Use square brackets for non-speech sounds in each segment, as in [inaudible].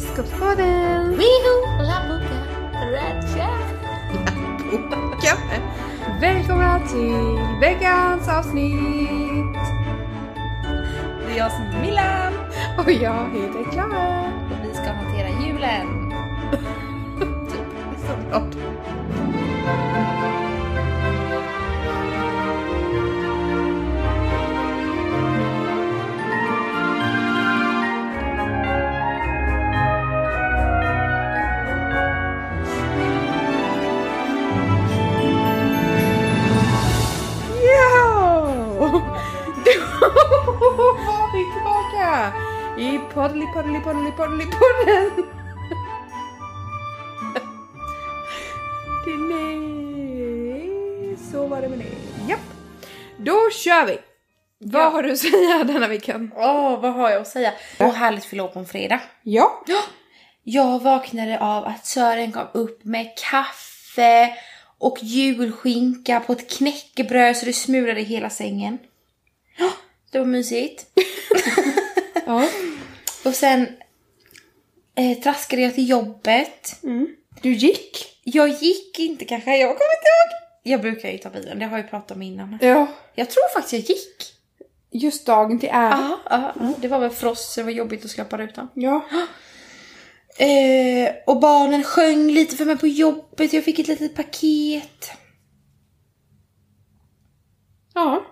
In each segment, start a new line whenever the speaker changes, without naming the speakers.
Vetenskapspodden!
Wiho, la boca, racha.
Välkomna till veckans avsnitt!
Det är jag som är Milla
Och jag heter Klara.
och vi ska hantera julen. typ. Såklart.
Ja! Då var vi tillbaka i Poddelipoddelipoddelipoddelipoddelipodden! Det nej, så var det med det. Japp! Då kör vi! Vad
Ja.
har du att säga denna veckan?
Åh, vad har jag att säga? Åh, härligt fylla på en fredag.
Ja,
Jag vaknade av att Sören kom upp med kaffe och julskinka på ett knäckebröd så det smulade i hela sängen. Ja, Det var mysigt.
ja.
Och sen eh, traskade jag till jobbet.
Mm. Du gick?
Jag gick inte kanske, jag kommer inte ihåg. Jag brukar ju ta bilen, det har jag ju pratat om innan.
Ja.
Jag tror faktiskt jag gick.
Just dagen till ära.
Ja, ja, ja. det var väl frost så det var jobbigt att släppa rutan. [gasps]
Ja.
Eh, och barnen sjöng lite för mig på jobbet, jag fick ett litet paket.
ja,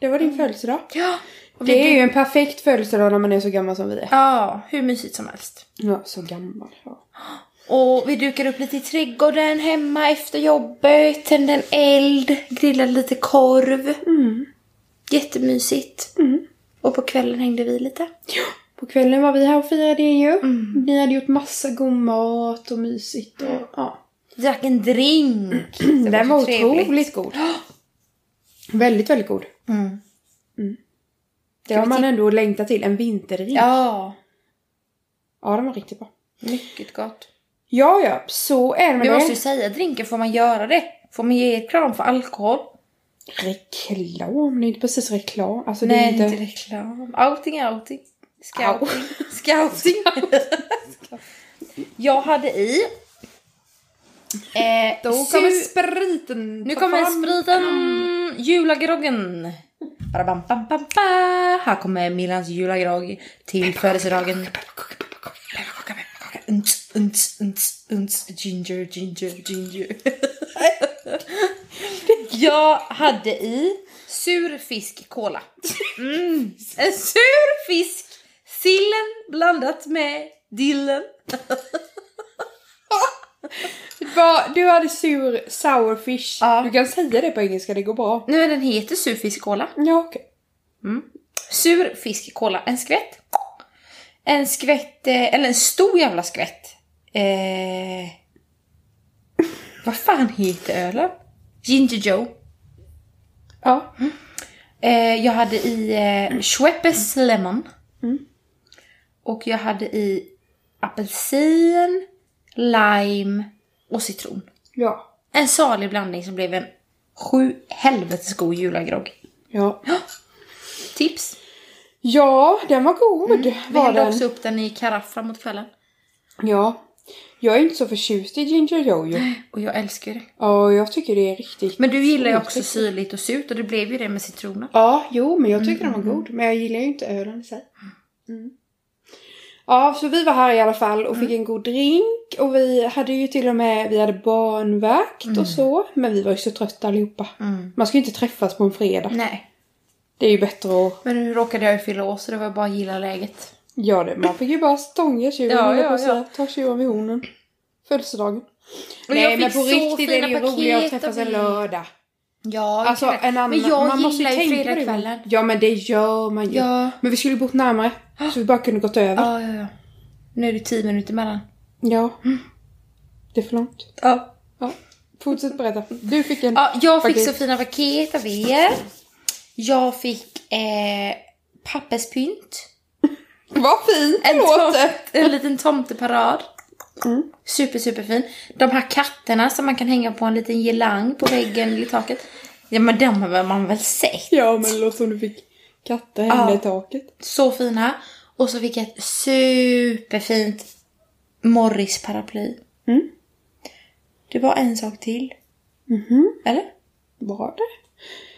det var din födelsedag.
Ja, Mm. och vi
Det är ju en perfekt födelsedag när man är så gammal som vi är.
Ja, hur mysigt som helst.
Ja, så gammal. Ja.
Och vi dukade upp lite i trädgården hemma efter jobbet, tände en eld, grillade lite korv.
Mm.
Jättemysigt.
Mm.
Och på kvällen hängde vi lite.
På kvällen var vi här och firade er ju.
Mm.
Ni hade gjort massa god mat och mysigt. Och, ja.
Drack en drink. Mm. [clears throat] Det
Den var
så trevligt.
otroligt god. [gasps] Väldigt, väldigt god.
Mm.
Det
Ska
har
vi
man
titta?
ändå längtat till. En vinterdrink. Ja.
typ. Ja,
ja, den var riktigt bra.
mycket gott.
Ja, ja, så är det med
Vi
det.
måste ju säga drinken, får man göra det? Får man ge reklam för alkohol?
Reklam? Det är inte precis reklam. Alltså, det är
Nej,
inte...
inte reklam. Outing, outing.
Au. [laughs]
Scouting. Scouting. [laughs] Jag hade i... Eh,
Då
su-
kommer spriten.
nu kommer spriten. Julagroggen. Badabam, bam, bam, ba. Här kommer Milans julagrogg till födelsedagen. Unts, unts, unts, unts. Ginger, ginger, ginger. Jag hade i sur fisk cola. Mm. En sur fisk. Sillen blandat med dillen.
Va, du hade sur sourfish.
Ja.
Du kan säga det på engelska, det går bra.
Nu den heter sur fisk cola.
Ja, okej.
Mm. Sur fisk, kola, en skvätt. En skvätt, eh, eller en stor jävla skvätt. Eh, vad fan heter ölen? Ginger Joe.
Ja.
Eh, jag hade i eh, Schweppes Lemon.
Mm.
Och jag hade i apelsin, lime och citron.
Ja.
En salig blandning som blev en sju helvetes god julagrogg.
Ja.
Tips!
Ja, den var god.
Vi
Var
hällde
den.
Mm, också upp den i karaff framåt kvällen.
Ja. Jag är inte så förtjust i ginger jojo.
Och jag älskar ju det.
Ja, jag tycker det är riktigt...
Men du gillar ju också
otäckt.
syrligt och surt och det blev ju det med citronen.
Ja, jo, men jag tycker
Mm,
den var god. Men jag gillar ju inte ölen i sig. Mm. Ja, så vi var här i alla fall och
Mm.
fick en god drink. Och vi hade ju till och med, vi hade barnvakt
Mm.
och så. Men vi var ju så trötta allihopa. Man ska ju inte träffas på en fredag.
Nej,
Det är ju bättre att
men nu råkade jag ju fylla år så det var bara att gilla läget.
Ja, det, man fick ju bara stånga tjuven,
Ja,
höll jag
ja,
på att säga.
ja.
Ta tjuven vid hornen. Födelsedagen.
Och jag fick så fina paket
att träffas
och
en
vi-
lördag.
Ja,
Alltså
det kan-
en annan,
men jag
man måste
gillar ju
tänka på det.
fredagskvällen.
Ja men det gör man ju.
Ja.
Men vi skulle ju bott närmare. Så vi bara kunde gått över.
Ja, ja, ja. Nu är det tio minuter emellan.
Ja. Det är för långt.
Ja.
Ja. Fortsätt berätta. Du fick en...
ja jag fick
Paket.
så fina paket av er. Jag fick eh, papperspynt.
Vad fint det
En,
låter!
tomt, en liten tomteparad.
Mm.
Super, superfin. De här katterna som man kan hänga på en liten girlang på väggen eller i taket. Ja, men de har man väl sett?
Ja men det låter som du fick katter hänga
Ja.
i taket.
Så fina. Och så fick jag ett superfint Morris paraply.
Mm.
Det var en sak till.
Mhm.
Eller?
Var det?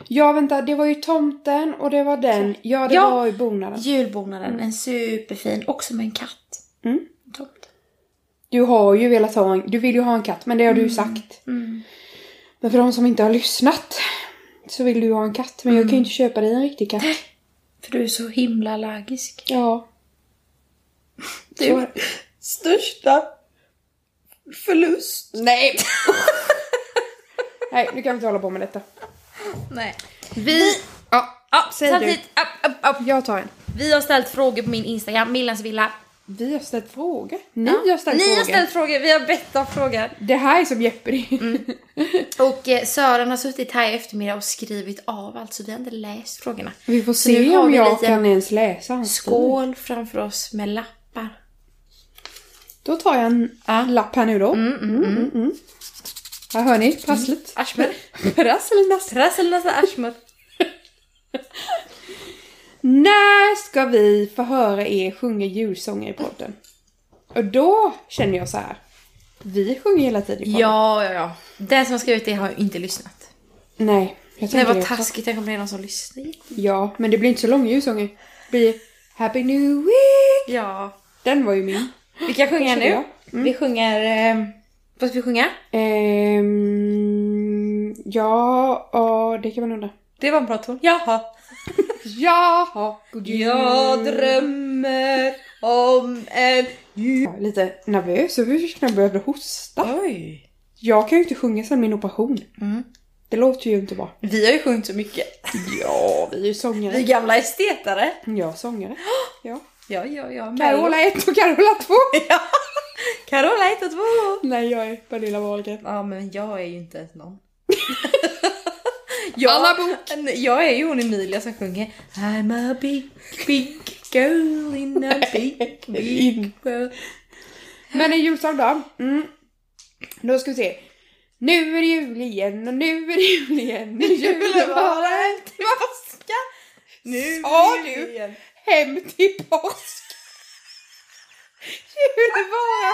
Ja, vänta. Det var ju tomten och det var den. Ja, det
Ja.
var ju bonaden.
Julbonaden. En superfin. Också med en katt.
Mm.
Tomt.
Du har ju velat ha en... Du vill ju ha en katt, men det har du ju sagt.
Mm.
Men för de som inte har lyssnat så vill du ju ha en katt. Men jag
Mm.
kan ju inte köpa dig en riktig katt.
För du är så himla allergisk.
Ja.
[laughs] Du är största förlust.
Nej! Nej, nu kan vi inte hålla på med detta.
Nej.
Vi... Ja,
Ja,
Säg du.
samtidigt. Upp, upp, upp.
jag tar en.
Vi har ställt frågor på min Instagram, Millans villa.
Vi har ställt frågor. Ni
Ja.
har ställt
Ni
frågor.
har ställt Mm. frågor, vi har bett om frågor.
Det här är som Jeopardy.
Och eh, Sören har suttit här i eftermiddag och skrivit av allt, så vi har inte läst frågorna.
[laughs] Vi får
Så nu
se
har
om
vi
jag
lite
kan ens läsa hans stil.
Skål framför oss med lappar.
Då tar jag en lapp här nu då. Mm, mm. Här hör ni prasslet.
[laughs] Ashmer.
Prassel, nassel.
Trassel nästa Ashmer.
När ska vi få höra er sjunga julsånger i podden? Och då känner jag så här. Vi sjunger hela tiden i podden.
Ja, ja, ja. Den som skrev ut det har ju inte lyssnat.
Nej. Jag
Det
tänker
var
det också.
taskigt, tänk om det är någon som lyssnar.
Ja, men det blir inte så långa julsånger. Det blir Happy New Week.
Ja.
Den var ju min.
Vi kan sjunga nu.
Ja.
Vi sjunger... Eh, vad ska vi sjunga?
Ehm, ja, och det kan man undra.
Det var en bra ton. Jaha.
Jaha, god jul.
Jag drömmer om en...
Jag är lite nervös över hur jag började hosta.
Oj.
Jag kan ju inte sjunga sedan min operation.
Mm.
Det låter ju inte bra.
Vi har ju sjungit så mycket.
Ja, vi är ju sångare.
Vi är gamla estetare.
Ja, sångare. Ja.
Ja, ja, ja.
Carola 1 och Carola 2.
Carola 1 och 2.
[laughs] Nej, jag är Pernilla Wahlgren.
Ja, men jag är ju inte ens [laughs] någon.
Anna
Bok. Jag är ju hon Emilia som sjunger I'm a big, big girl in a big, big world.
Men en julsång då. Mm. Då ska vi se. Nu är det jul igen och nu är det [laughs] jul igen. Nu är julen bara
en tillbaka. Nu
Sa
är
du?
du igen.
hem till påsk. Julen bara...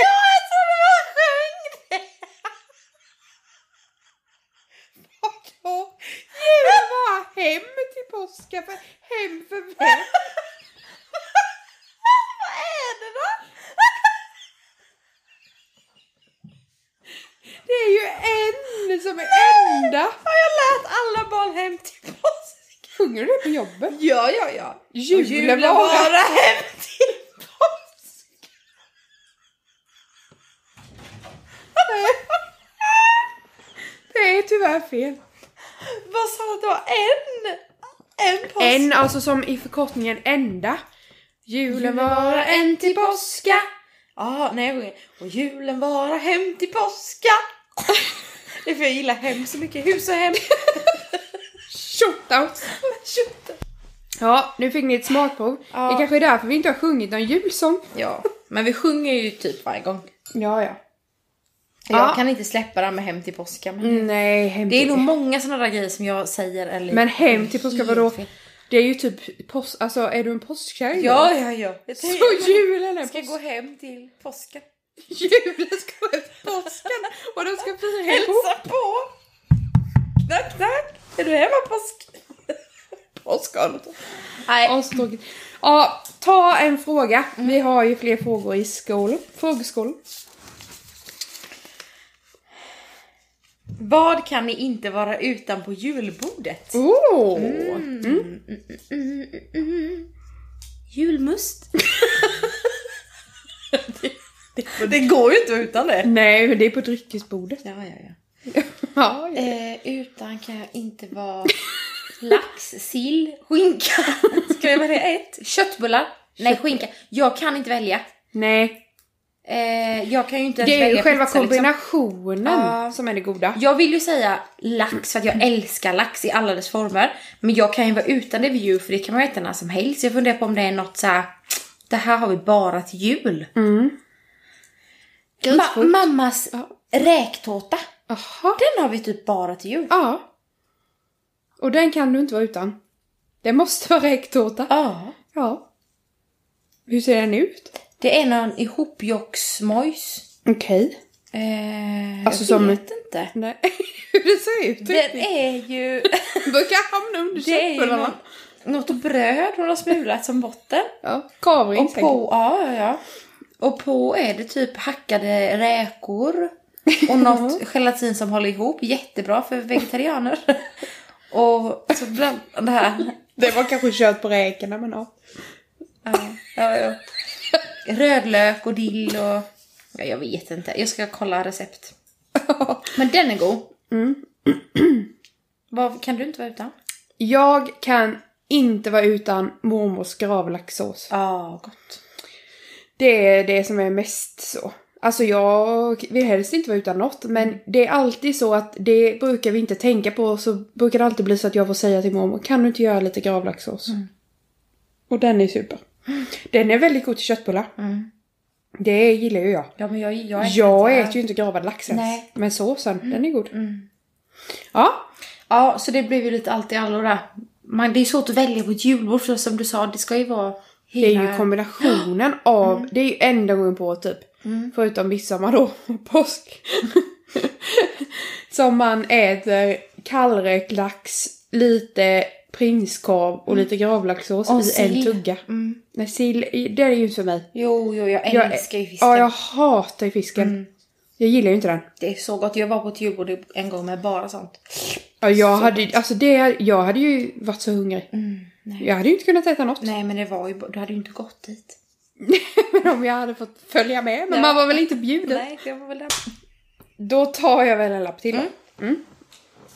Ja, jag trodde man sjöng det.
Vadå? Julen bara hem till påsken. För hem för vem?
Vad är det då?
Det är ju en som är enda.
Har jag lärt alla barn hem till påsk?
Sjunger du det på jobbet?
Ja, ja, ja.
Julen
Och julen
vara.
vara hem till påsk.
Det är tyvärr fel.
Vad sa du då? En? En påsk?
En, alltså som i förkortningen enda. Julen
Julen
vara
vara
en.
en till påska. Ja, nej jag sjunger. Och julen vara hem till påska. [laughs] Det är för jag gillar hem så mycket. Hus och [laughs] hem.
Shoutout! Ja, nu fick ni ett smakprov.
Ja.
Det kanske är därför vi inte har sjungit någon julsång.
Ja, men vi sjunger ju typ varje gång.
Ja, ja.
Jag
Ja.
kan inte släppa det här med hem till påska. Men
Mm, Nej, hem
Det är
till...
nog många sådana där grejer som jag säger eller...
Men hem till påska, vadå?
Helt fel.
Det är ju typ påsk... Alltså, är du en påskkärring?
Ja, ja, ja. Jag tänker-
Så julen är
ska
påsk...
gå hem till påsken.
Julen ska vara påsken! Och de ska fira ihop!
[laughs] Hälsa på! Knack, knack! Är du hemma påsk? Påskan. Nej.
Ja, så tråkigt. Ja, ta en fråga. Vi har ju fler frågor i skolan. Frågeskolan.
Vad kan ni inte vara utan på julbordet? Oh!
Åh! Mm.
Julmust. [laughs] det, det, det går ju inte utan det.
Nej, men det är på dryckesbordet.
Ja, ja, ja.
Ja, ja.
Eh, utan kan jag inte vara lax, sill, skinka. [laughs] Ska jag välja ett? Köttbullar? Nej, skinka. Jag kan inte välja.
Nej,
Eh, jag kan ju inte ens
det är ju
välja
själva
pizza, liksom.
kombinationen
Ja.
som är det goda.
Jag vill ju säga lax för att
Mm.
jag älskar lax i alla dess former. Men jag kan ju vara utan det vid jul för det kan man äta när som helst. Jag funderar på om det är något så här. det här har vi bara till jul.
Mm.
Ma- mammas räktårta,
Aha.
den har vi typ bara till jul.
Ja. Och den kan du inte vara utan. Det måste vara räktårta.
Ja.
Ja. Hur ser den ut?
Det är någon ihopjocksmojs.
Okej.
Eh,
Alltså
jag
som-
vet inte.
Nej. [laughs] Hur det ser ut.
Den är [laughs] ju...
Brukar hamna under
det är ju någon,
köttbullarna.
något bröd hon har smulat som botten.
Ja, kavring
Och på, ja, ja, ja. Och på är det typ hackade räkor. Och [laughs] något gelatin som håller ihop. Jättebra för vegetarianer. [laughs] och så bland det här.
Det var kanske kött på räkorna men ja.
Ja, ja, ja. Rödlök och dill och... Ja, jag vet inte. Jag ska kolla recept. [laughs] Men den är god.
Mm.
[clears throat] Vad kan du inte vara utan?
Jag kan inte vara utan mormors gravlaxsås.
Ja, gott.
Det är det som är mest så. Alltså jag vill helst inte vara utan något men det är alltid så att det brukar vi inte tänka på så brukar det alltid bli så att jag får säga till mormor kan du inte göra lite gravlaxsås?
Mm.
Och den är super. Den är väldigt god till köttbullar.
Mm.
Det gillar ju jag.
Ja, men jag, jag äter
Jag
inte
äter ju inte gravad lax ens.
Nej.
Men såsen, den är god.
Mm.
Ja,
Ja, så det blir ju lite allt i allo där. Man, det är svårt att välja på ett julbord för som du sa, det ska ju vara
det är
hela...
ju kombinationen av, det är ju enda gången på året typ.
Mm.
Förutom midsommar då, [laughs] och
[laughs]
påsk. Som man äter kallräkt lax, lite prinskorv och lite gravlaxsås
Mm. Och
i en
sill.
tugga.
Mm.
Nej, sill, det är ju inte för mig.
Jo, jo, jag
Jag-
älskar ju fisken.
Ja,
Mm.
jag hatar ju fisken. Jag gillar ju inte den.
Det är så gott. Jag var på ett julbord en gång med bara sånt.
Ja, jag, hade, alltså det, jag hade ju varit så hungrig.
Mm, nej.
Jag hade ju inte kunnat äta något.
nej, men det var ju... Du hade ju inte gått dit.
[laughs] Men om jag hade fått följa med. Men
Ja.
man var väl inte bjuden.
Nej, det var väl det.
Då tar jag väl en lapp till då. Mm.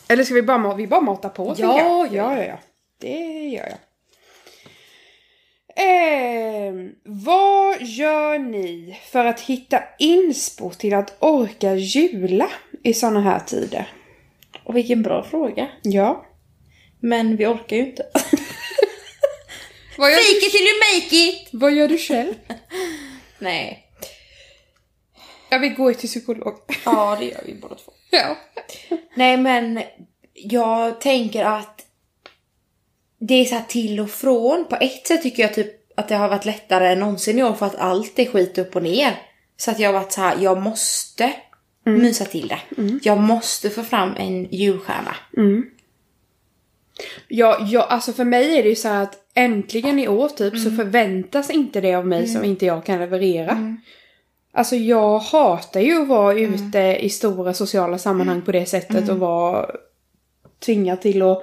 Eller ska vi bara, ma- vi bara mata på? tänker
ja,
jag. ja, ja, ja. Det gör jag. Ehm, vad gör ni för att hitta inspo till att orka jula i såna här tider?
Och vilken bra fråga.
Ja.
Men vi orkar ju inte.
[laughs] Vad gör,
Fake it till you make it!
vad gör du själv?
Nej.
Jag vill gå till psykolog.
Ja, det gör vi båda två.
[laughs] Ja.
Nej men jag tänker att det är så här till och från. På ett sätt tycker jag typ att det har varit lättare än någonsin i år för att allt är skit upp och ner. Så att jag har varit så här, jag måste mysa till det. Jag måste få fram en julstjärna.
Ja, ja, alltså för mig är det ju så här att äntligen i år typ så förväntas inte det av mig som inte jag kan leverera. Alltså jag hatar ju att vara ute i stora sociala sammanhang på det sättet och vara tvingad till att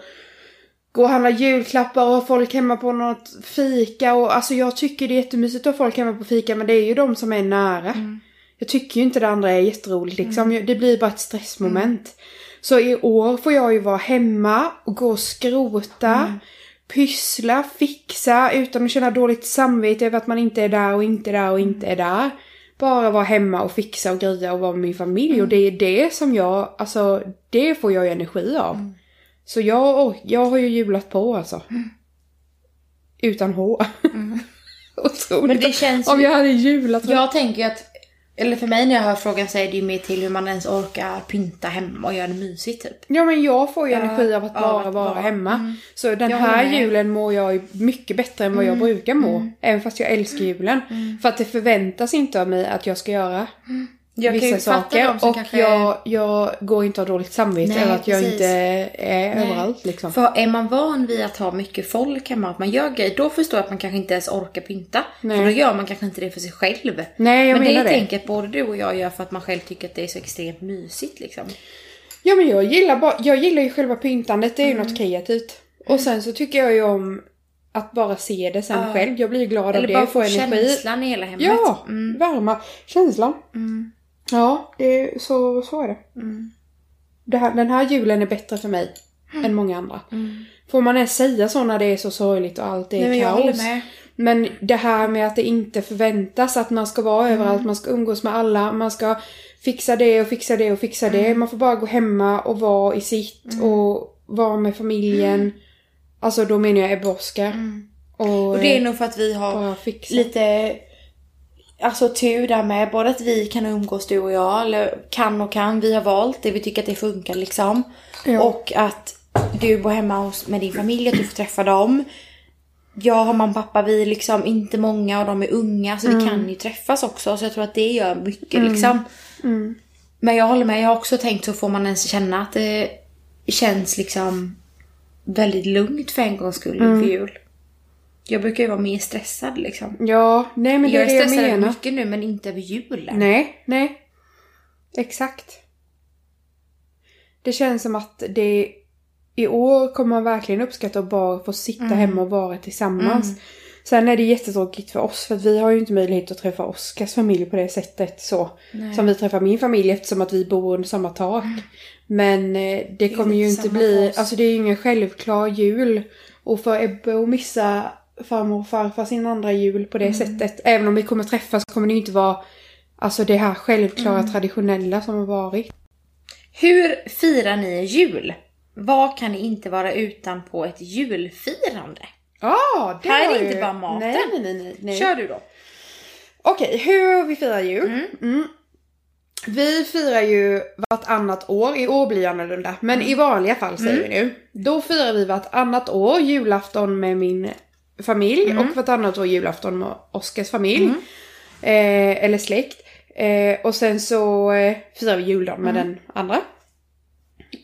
gå och handla julklappar och ha folk hemma på något fika och alltså jag tycker det är jättemysigt att ha folk hemma på fika men det är ju de som är nära. Jag tycker ju inte det andra är jätteroligt liksom.
Mm.
Det blir bara ett stressmoment. Så i år får jag ju vara hemma och gå och skrota,
Mm.
pyssla, fixa utan att känna dåligt samvete över att man inte är där och inte är där och inte är
Mm.
där. Bara vara hemma och fixa och greja och vara med min familj
Mm.
och det är det som jag, alltså det får jag ju energi av.
Mm.
Så jag, or- jag har ju julat på alltså. Utan H. [laughs] Otroligt.
Mm. Men det känns
Om
ju...
jag hade julat med-
Jag tänker ju att, eller för mig när jag hör frågan så är det ju mer till hur man ens orkar pynta hemma och göra det mysigt typ.
Ja men jag får ju energi av att
ja,
bara
att
vara
vara. Mm.
hemma. Så den
Jag
här
håller med. Mm.
julen mår jag ju mycket bättre än vad jag brukar må. Även fast jag älskar julen. För att det förväntas inte av mig att jag ska göra
Jag kan ju
vissa
fatta
saker.
de som
Och
kanske-
jag, jag går inte av dåligt samvete
Nej,
över att jag
precis.
inte är
Nej.
överallt liksom.
För är man van vid att ha mycket folk hemma, att man gör grejer, då förstår jag att man kanske inte ens orkar pynta.
Nej.
För då gör man kanske inte det för sig själv.
Nej jag
Men det
menar det.
tänker jag att både du och jag gör för att man själv tycker att det är så extremt mysigt liksom.
Ja men jag gillar, bara, jag gillar ju själva pyntandet, det är ju
Mm.
något kreativt. Och sen så tycker jag ju om att bara se det sen
Ja.
själv. Jag blir ju glad
Eller
av det
bara
och får
få
energi.
känslan i hela hemmet.
Ja,
Mm.
värma, känslan.
Mm.
Ja, det, är- så, så är det.
Mm.
det här, den här julen är bättre för mig än många andra. Får man ens säga så när det är så sorgligt och allt är
Mm. Nej, men jag håller
kaos?
med.
Men det här med att det inte förväntas att man ska vara
Mm.
överallt, man ska umgås med alla, man ska fixa det och fixa det och fixa det.
Mm.
Man får bara gå hemma och vara i sitt och vara med familjen.
Mm.
Alltså då menar jag Ebbe och Oskar. Och, eh,
Och det är nog för att vi har
bara fixa.
lite alltså, tur där med. Både att vi kan umgås du och jag, eller kan och kan. Vi har valt det, vi tycker att det funkar liksom.
Ja.
Och att du bor hemma hos, med din familj, att du får träffa dem. jag och mamma och pappa vi är liksom inte många och de är unga så vi kan ju träffas också. Så jag tror att det gör mycket liksom.
Mm.
Men jag håller med, jag har också tänkt så får man ens känna att det känns liksom väldigt lugnt för en gångs skull
Mm.
inför jul. Jag brukar ju vara mer stressad liksom.
Ja, nej men det
Jag
är
är
det jag
stressad över
menar.
mycket nu men inte över julen.
Nej, nej. Exakt. Det känns som att det i år kommer man verkligen uppskatta att bara få sitta hemma och vara tillsammans. Sen är det jättetråkigt för oss för att vi har ju inte möjlighet att träffa Oskars familj på det sättet så.
Nej.
Som vi träffar min familj eftersom att vi bor under samma tak. Men eh, Mm. det kommer ju
lite
inte
samma
bli,
för oss.
alltså det är ju ingen självklar jul. Och för Ebbe att missa farmor och farfar sin andra jul på det sättet. Även om vi kommer träffas kommer det ju inte vara alltså det här självklara traditionella som har varit.
Hur firar ni jul? Vad kan ni inte vara utan på ett julfirande?
Ja, Ah, det
Här är
var
det inte
ju-
bara maten.
Nej, nej, nej. nej, nej.
Kör du då.
Okej, hur vi firar jul.
Mm.
Mm. Vi firar ju vartannat år. I år blir det annorlunda. Men i vanliga fall säger vi nu. Då firar vi vartannat år julafton med min familj och vartannat år julafton med Oskars familj. Eh, eller släkt. Eh, och sen så eh, firar vi juldagen med den andra.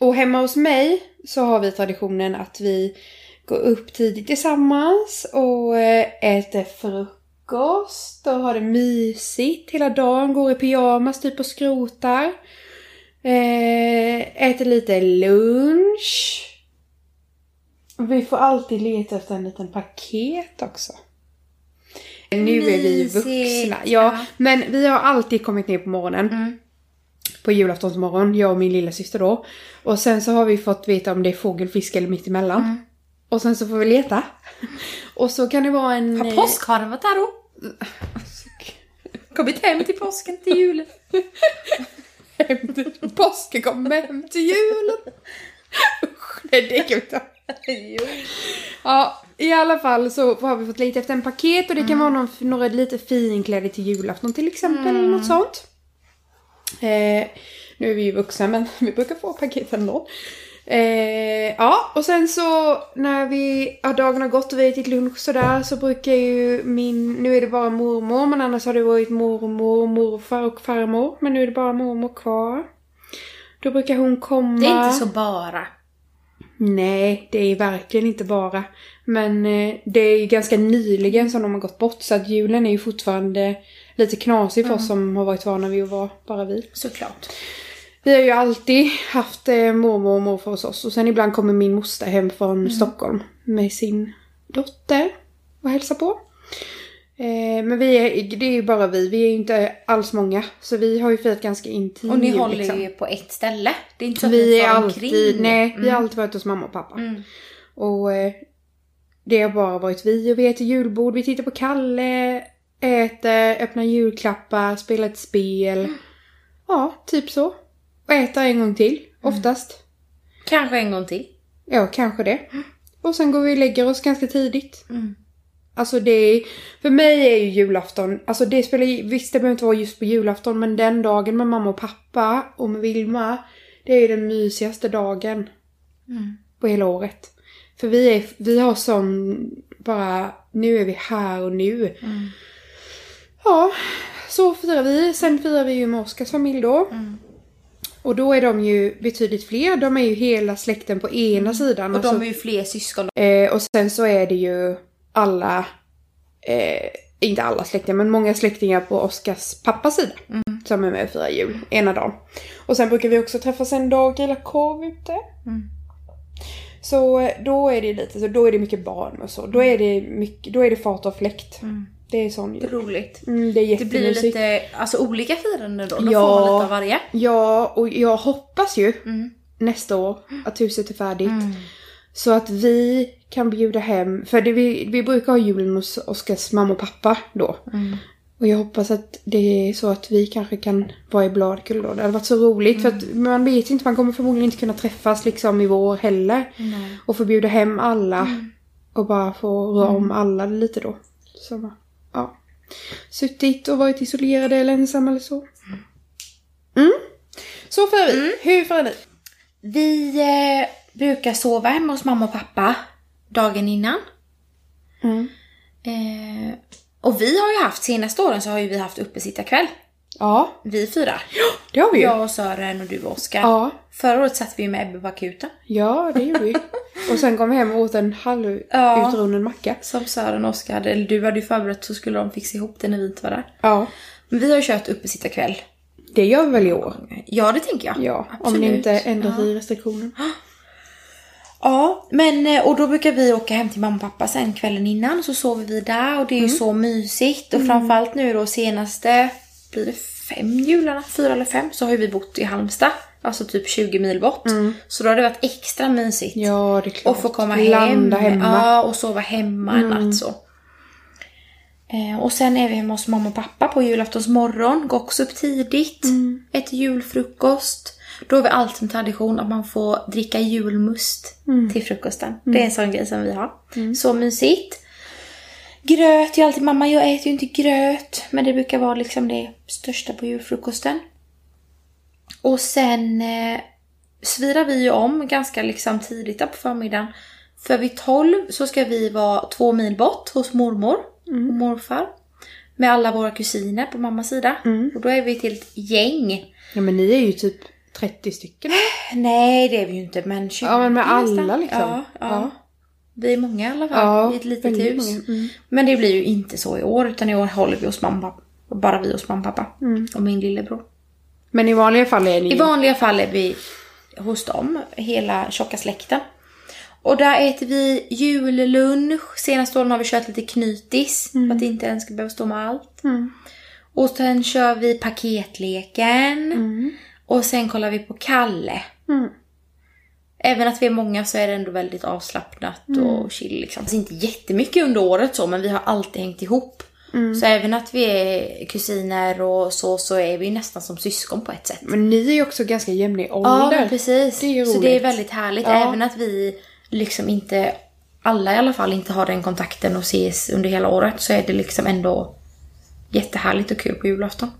Och hemma hos mig så har vi traditionen att vi går upp tidigt tillsammans och eh, äter frukost och har det mysigt hela dagen. Går i pyjamas typ och skrotar. Eh, äter lite lunch. Vi får alltid leta efter en liten paket också. Nu är vi ju
Mysigt.
vuxna. Ja, men vi har alltid kommit ner på morgonen
Mm.
på julaftonsmorgon, jag och min lilla syster då. Och sen så har vi fått veta om det är fågel, fisk eller mittemellan.
Mm.
Och sen så får vi leta. Och så kan det vara en...
Har påskhanen varit här då? Kommit hem till påsken, till julen.
Påsken kommer hem till julen! Usch, nej det kan vi inte ha. Ja, i alla fall så har vi fått leta efter en paket och det
Mm.
kan vara någon, några lite finkläder till julafton till exempel eller
Mm.
något sånt. Eh, nu är vi ju vuxna men [laughs] vi brukar få paket ändå. Eh, ja, och sen så när vi, ja, dagen har gått och vi har ätit lunch sådär så brukar ju min, nu är det bara mormor men annars har det varit mormor, morfar och farmor. Men nu är det bara mormor kvar. Då brukar hon komma.
Det är inte så bara.
Nej, det är verkligen inte bara. Men eh, det är ju ganska nyligen som de har gått bort så att julen är ju fortfarande lite knasig för oss
Mm.
som har varit vana vid att vara bara vi.
Såklart.
Vi har ju alltid haft eh, mormor och morfar hos oss och sen ibland kommer min moster hem från
Mm.
Stockholm med sin dotter och hälsar på. Eh, men vi är, det är ju bara vi, vi är ju inte alls många så vi har ju firat ganska intimt.
Och ni håller
liksom.
ju på ett ställe. Det är inte så att
Vi
ni
är
far
alltid,
omkring.
nej, vi har
Mm.
alltid varit hos mamma och pappa.
Mm.
Och eh, det har bara varit vi och vi äter julbord, vi tittar på Kalle, äter, öppnar julklappar, spelar ett spel. Ja, typ så. Och äter en gång till, oftast.
Kanske en gång till.
Ja, kanske det. Och sen går vi och lägger oss ganska tidigt.
Mm.
Alltså det är, för mig är ju julafton, alltså det spelar ju- visst det behöver inte vara just på julafton men den dagen med mamma och pappa och med Vilma, det är ju den mysigaste dagen
Mm.
på hela året. För vi, är, vi har som bara, nu är vi här och nu.
Mm.
Ja, så firar vi. Sen firar vi ju med Oskars familj då. Och då är de ju betydligt fler. De är ju hela släkten på ena sidan.
Mm. Och
alltså-
de är ju fler syskon.
Eh, och sen så är det ju alla, eh, inte alla släktingar, men många släktingar på Oskars pappas sida
Mm.
som är med och firar jul ena dagen. Och sen brukar vi också träffas en dag och grilla korv ute.
Mm.
Så eh, då är det lite så, då är det mycket barn och så. Då är det mycket, då är det fart och fläkt. Det är sån jul.
Roligt.
Mm, det är
Mm. Det blir
jättemysigt.
lite alltså, olika firanden då. Då
Ja.
får man lite av varje.
Ja, och jag hoppas ju
Mm.
nästa år att huset är färdigt. Så att vi kan bjuda hem, för det, vi, vi brukar ha julen hos Oskars mamma och pappa då. Och jag hoppas att det är så att vi kanske kan vara i Bladkull då. Det hade varit så roligt för att man vet inte, man kommer förmodligen inte kunna träffas liksom i vår heller.
Nej.
Och få bjuda hem alla och bara få röra om alla lite då. Så, ja. Suttit och varit isolerade eller ensamma eller så. Mm. Så firar vi. Hur firar ni?
Vi eh, brukar sova hemma hos mamma och pappa dagen innan.
Mm.
Eh, och vi har ju haft, senaste åren så har ju vi haft uppesittarkväll.
Ja,
Vi fyra.
det har vi ju. [gasps] Ja.
Jag och Sören och du och Oskar.
Ja,
Förra året satt vi ju med Ebbe på akuten.
det gjorde
[laughs]
vi. Och sen kom vi hem och åt en
Ja.
halvutrunnen macka.
Som Sören och Oskar hade, eller du hade ju förberett så skulle de fixa ihop det när vi inte var där.
Ja,
Men vi har ju kört uppesittarkväll.
det gör vi väl i år.
Ja, det tänker jag.
Ja, om
Absolut.
ni inte ändrar
Ja.
sig i restriktionen.
Ja, men eh, och då brukar vi åka hem till mamma och pappa sen kvällen innan så sover vi där och det är ju så mysigt och framförallt nu då senaste blir det fem jularna, fyra eller fem, så har ju vi bott i Halmstad, alltså typ 20 mil bort. Så då har det varit extra mysigt
Ja, det är klart.
och få komma hem,
Landa hemma. Mm.
Ja, och sova hemma en natt så. Eh, och sen är vi hemma hos mamma och pappa på julaftons morgon. Går också upp tidigt.
Mm.
Äter julfrukost. Då har vi alltid en tradition att man får dricka julmust
Mm.
till frukosten. Det är en sån grej som vi har. Så mysigt. Gröt, jag alltid mamma, jag äter ju inte gröt. Men det brukar vara liksom det största på julfrukosten. Och sen eh, svirar vi ju om ganska liksom tidigt där på förmiddagen. För vid 12 så ska vi vara två mil bort hos mormor och
Mm.
morfar. Med alla våra kusiner på mammas sida.
Mm.
Och då är vi till ett gäng.
Ja, men ni är ju typ 30 stycken.
Nej det är vi ju inte men 20
Ja, men med
nästan.
alla liksom.
Ja, ja.
Ja.
Vi är många i alla fall
Ja,
i ett litet
väldigt
hus.
många. Mm.
Men det blir ju inte så i år utan i år håller vi hos mamma. Bara vi hos mamma och pappa.
Mm.
Och min lillebror.
Men i vanliga fall är ni...
I vanliga fall är vi hos dem, hela tjocka släkten. Och där äter vi jullunch. Senaste åren har vi kört lite knytis för att inte ens ska behöva stå med allt.
Mm.
Och sen kör vi paketleken. Och sen kollar vi på Kalle.
Mm.
Även att vi är många så är det ändå väldigt avslappnat och chill liksom. Alltså inte jättemycket under året så men vi har alltid hängt ihop. Så även att vi är kusiner och så, så är vi ju nästan som syskon på ett sätt.
Men ni är ju också ganska jämna i
Ja,
ålder.
men precis.
Det är ju
så
roligt.
det är väldigt härligt.
Ja.
Även att vi liksom inte, alla i alla fall, inte har den kontakten och ses under hela året så är det liksom ändå jättehärligt och kul på julafton.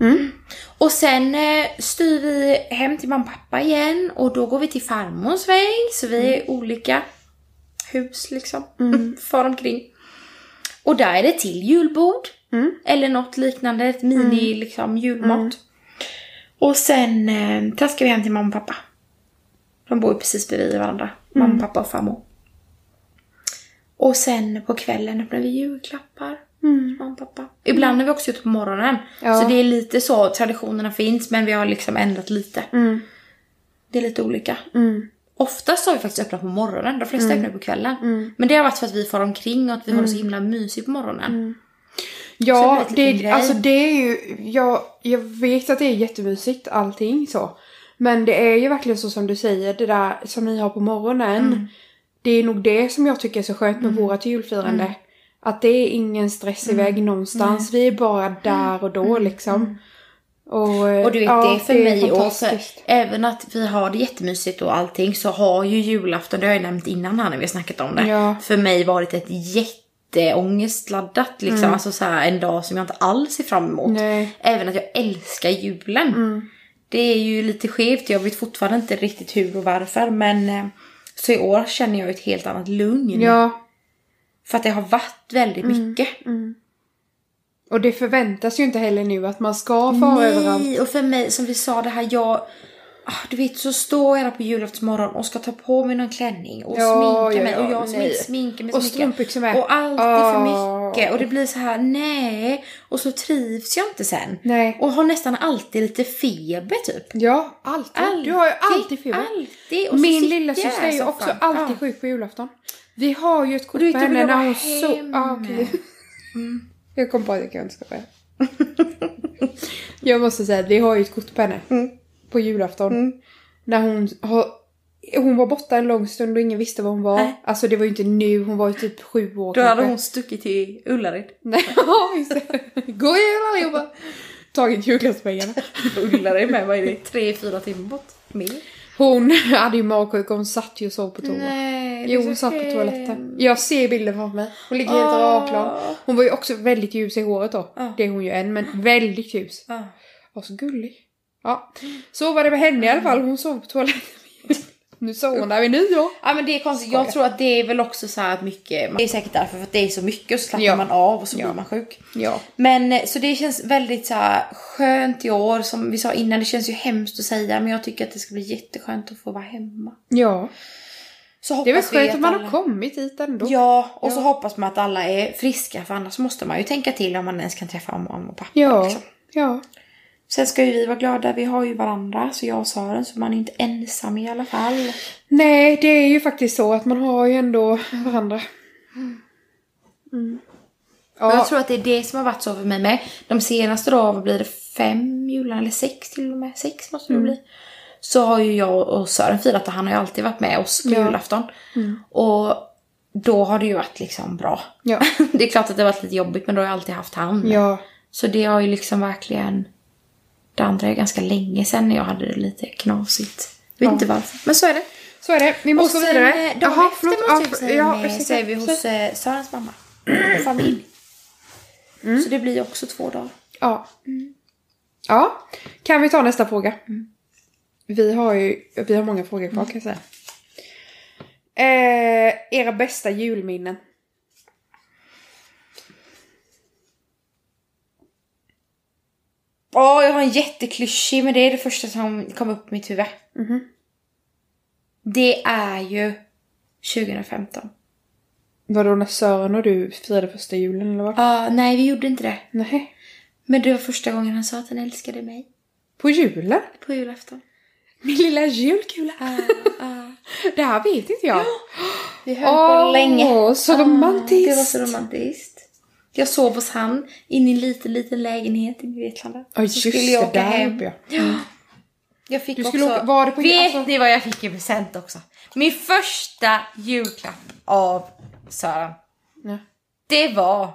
Mm. Och sen eh, styr vi hem till mamma och pappa igen och då går vi till farmors väg så vi är olika hus liksom. [laughs] Far omkring. Och där är det till julbord. Eller något liknande, ett mini liksom julmat. Och sen eh, traskar vi hem till mamma och pappa. De bor ju precis bredvid varandra. Mamma, pappa och farmor. Och sen på kvällen öppnar vi julklappar.
Mm.
till Mamma och pappa. Mm. Ibland har vi också gjort på morgonen.
Ja.
Så det är lite så, traditionerna finns men vi har liksom ändrat lite.
Mm.
Det är lite olika.
Mm.
Oftast har vi faktiskt öppnat på morgonen, de flesta öppnar på kvällen.
Mm.
Men det har varit för att vi far omkring och att vi har det så himla mysigt på morgonen.
Mm. Ja,
Så det blir en liten
det,
grej.
alltså det är ju... Jag, jag vet att det är jättemysigt allting så. Men det är ju verkligen så som du säger, det där som ni har på morgonen.
Mm.
Det är nog det som jag tycker är så skönt med vårat julfirande.
Mm.
Att det är ingen stress iväg någonstans. Vi är bara där och då liksom. Och, eh,
Mm. Och du vet,
ja,
det är för
det
mig i år, för
fantastiskt.
även att vi har det jättemysigt och allting så har ju julafton, det har jag nämnt innan här när vi har snackat om det,
Ja.
för mig varit ett jätteångestladdat liksom, alltså så här, en dag som jag inte alls ser fram emot.
Mm. Nej.
Även att jag älskar julen.
Mm.
Det är ju lite skevt, jag vet fortfarande inte riktigt hur och varför men eh, så i år känner jag ett helt annat lugn.
Ja, Mm.
För att det har varit väldigt mycket.
och det förväntas ju inte heller nu att man ska fara överallt.
Nej, och för mig som vi sa det här, jag... ah, Du vet, så står jag där på julaftonsmorgon och ska ta på mig någon klänning och
Ja,
sminka
ja,
mig
ja,
och jag som
nej.
inte sminkar mig så
Och
mycket.
strumpbyxor med.
Och allt är för
Ah.
mycket och det blir så här, nej. Och så trivs jag inte sen.
Nej.
Och har nästan alltid lite feber typ.
Ja, alltid. Du har ju alltid feber.
Alltid. Och så
Min
sitter
lilla
jag
syster är
i
ju
soffan.
också alltid
Ja.
sjuk på julafton. Vi har ju ett kort
du
på
vet, jag vill
henne när
vara
hon så...
hem.
Ah,
[laughs]
okej. Mm. Jag kom på att jag kan inte ska säga. jag måste säga att vi har ju ett kort på henne.
Mm.
På julafton. När hon har... Hon var borta en lång stund och ingen visste var hon var.
Nej.
Alltså det var ju inte nu, hon var ju typ sju år
Då hade
kanske.
hon stuckit till Ullared. [laughs]
Nej, [laughs] ja, just det. God jul allihopa! Tagit julklappspengarna.
Ullared med, vad är det? Tre, fyra timmar bort. Mer.
Hon hade ju magsjuka, hon satt ju och sov på toa.
Nej, det är
Jo,
så
hon satt på
hemskt.
toaletten. Jag ser bilden framför mig. Hon ligger helt
Åh.
raklång. Hon var ju också väldigt ljus i håret då.
Ja.
Det är hon ju än,
Ah.
men väldigt ljus.
Ja.
Och så gullig. Ja. Så var det med henne i alla fall. Hon sov på toaletten. [laughs] Nu somnar vi nu ja.
Ja men det är konstigt, jag
Skoja.
tror att det är väl också så här att mycket, det är säkert därför för att det är så mycket och så slappnar
Ja.
man av och så
Ja.
blir man sjuk.
Ja.
Men eh, så det känns väldigt så här skönt i år som vi sa innan, det känns ju hemskt att säga men jag tycker att det ska bli jätteskönt att få vara hemma.
Ja.
Så hoppas
Det är väl skönt
vi
att man
alla-
har kommit hit ändå.
Ja, och så
Ja.
hoppas man att alla är friska för annars måste man ju tänka till om man ens kan träffa mamma och pappa.
Ja.
liksom.
ja.
Sen ska ju vi vara glada, vi har ju varandra, så jag och Sören, så man är inte ensam i alla fall.
Nej, det är ju faktiskt så att man har ju ändå varandra. Mm.
Och
Ja.
Jag tror att det är det som har varit så för mig med. De senaste då, vad blir det, fem jular eller sex till och med? Sex måste det
Mm.
bli. Så har ju jag och Sören firat och han har ju alltid varit med oss på
Ja. Mm.
julafton. Och då har det ju varit liksom bra.
Ja.
[laughs] det är klart att det har varit lite jobbigt men då har jag alltid haft han.
Ja.
Så det har ju liksom verkligen... Det andra är ganska länge sedan när jag hade det lite knasigt. Jag
Ja.
vet inte varför, men så är det.
Så är det. Vi
Och
måste
sen
gå vidare.
eh, dagen
Jaha,
efter
förlåt.
måste jag
Ja, ja,
ju säga med,
ursäkta.
så är vi hos eh, Sörens mamma. och Familj. Så det blir ju också två dagar.
Ja. Ja. Kan vi ta nästa fråga? Vi har ju vi har många frågor kvar kan
Mm.
jag säga. Eh, era bästa julminnen?
Ja, jag har en jätteklyschig men det är det första som kom upp i mitt huvud. Mhm. Det är ju 2015.
Vadå när Sören och du firade första julen eller vad?
Ja, nej vi gjorde inte det.
Nej.
Men det var första gången han sa att han älskade mig.
På julen?
På julafton.
Min lilla julkula.
Ja, ja.
Det här vet inte jag.
Vi höll på länge.
Åh, så
Ah,
romantiskt.
Det var så romantiskt. Jag sov hos han inne i en liten, liten lägenhet i Vetlanda.
Ja,
Så
just
skulle jag
det.
åka
Där
hem.
uppe ja.
Jag fick
Du
också...
skulle åka- var det på-
Vet
alltså-
ni vad jag fick i present också? Min första julklapp av Sören.
Ja.
Det var...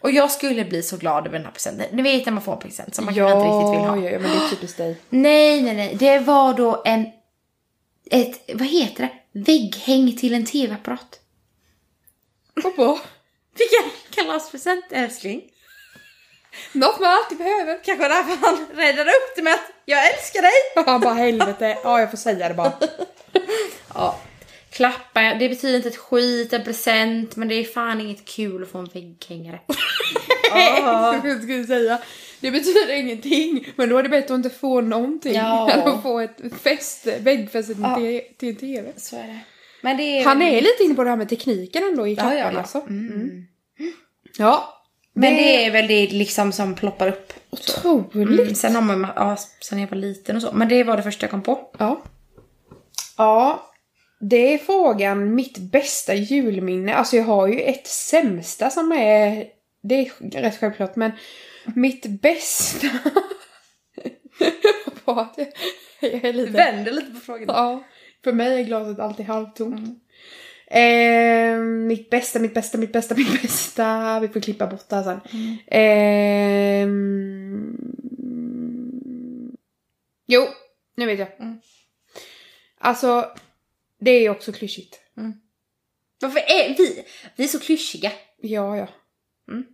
Och jag skulle bli så glad över den här presenten. Ni vet när man får en present som man
ja,
kanske inte riktigt vill ha.
Ja, ja, men det är typiskt dig.
Nej, nej, nej. Det var då en... Ett, vad heter det? Vägghäng till en tv-apparat.
Vad bra.
Vilken kalaspresent älskling.
Något man alltid behöver.
Kanske därför han räddade upp det med att jag älskar dig.
Han bara helvete. Ja, jag får säga det bara.
Ja. Klappa, det betyder inte ett skit, en present, men det är fan inget kul att få en vägghängare. [laughs] Ja.
Som [laughs] jag skulle säga. Det betyder ingenting, men då är det bättre att inte få någonting [laughs]
Ja.
än att få ett fest, väggfäste till, te- till en TV.
Så är det. Men det är...
Han är lite inne på det här med tekniken ändå i
Ja,
klapparna
ja, ja.
alltså.
Mm.
Ja.
Men det är väl det liksom som ploppar upp.
Otroligt.
Mm. Sen har man ja, sen jag var liten och så. Men det var det första jag kom på.
Ja. Ja. Det är frågan mitt bästa julminne. Alltså jag har ju ett sämsta som är... Det är rätt självklart men mitt bästa... [laughs] Vad var det? jag är lite...
Vänder lite på frågan.
Ja, för mig är glaset alltid halvtomt. Eh, mitt bästa, mitt bästa, mitt bästa, [laughs] mitt bästa. Vi får klippa bort det här sen.
Mm.
Ehm, jo, nu vet jag.
Mm.
Alltså, det är ju också klyschigt.
Varför är vi, vi är så klyschiga?
Ja, ja.
Mm.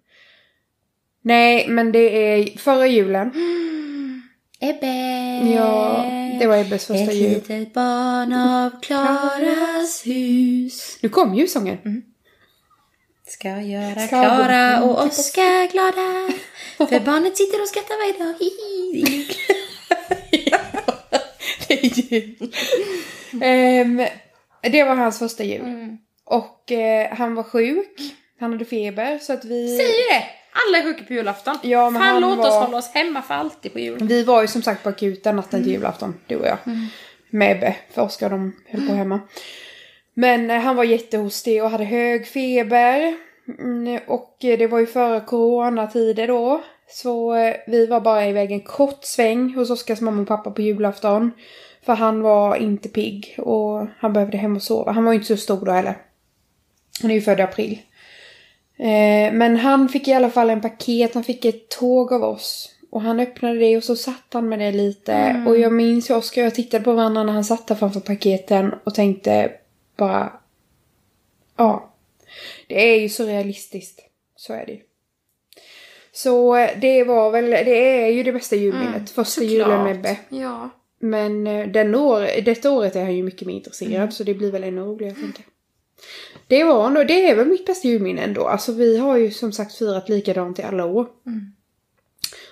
Nej, men det är förra julen.
Ebbe!
Ja,
Eh,
det var Ebbes första
Ett
jul.
litet barn av Klaras hus
Nu kom ju sången.
Ska göra
Ska
Klara
gå-
och Oskar glada För barnet sitter och skrattar varje dag Hihi.
Det är jul. Ehm, det var hans första jul.
Mm.
Och eh, han var sjuk. Han hade feber så att vi...
Säger ju det! Alla är sjuka på julafton
Ja, men
Fan
han
låt
var-
oss hålla oss hemma för alltid på jul
Vi var ju som sagt på akuten natten till julafton, du och jag. Med Ebbe, för Oskar de höll på hemma. Men eh, han var jättehostig och hade hög feber. Mm, och eh, det var ju före coronatider då. Så eh, vi var bara iväg en kort sväng hos Oskars mamma och pappa på julafton. För han var inte pigg och han behövde hem och sova. Han var ju inte så stor då heller. Han är ju född i april. Eh, men han fick i alla fall en paket, han fick ett tåg av oss. Och han öppnade det och så satt han med det lite. Och jag minns ju Oskar och jag tittade på varandra när han satt där framför paketen och tänkte bara... Ja. Det är ju så realistiskt. Så är det ju.
Mm,
Så eh, det var väl, det är ju det bästa julminnet. Första Mm. julen med Ebbe.
Ja
Men eh, den år, detta året är han ju mycket mer intresserad
Mm.
så det blir väl ännu roligare tänker jag. Det var nog, det är väl mitt bästa julminne ändå. Alltså vi har ju som sagt firat likadant i alla år.
Mm.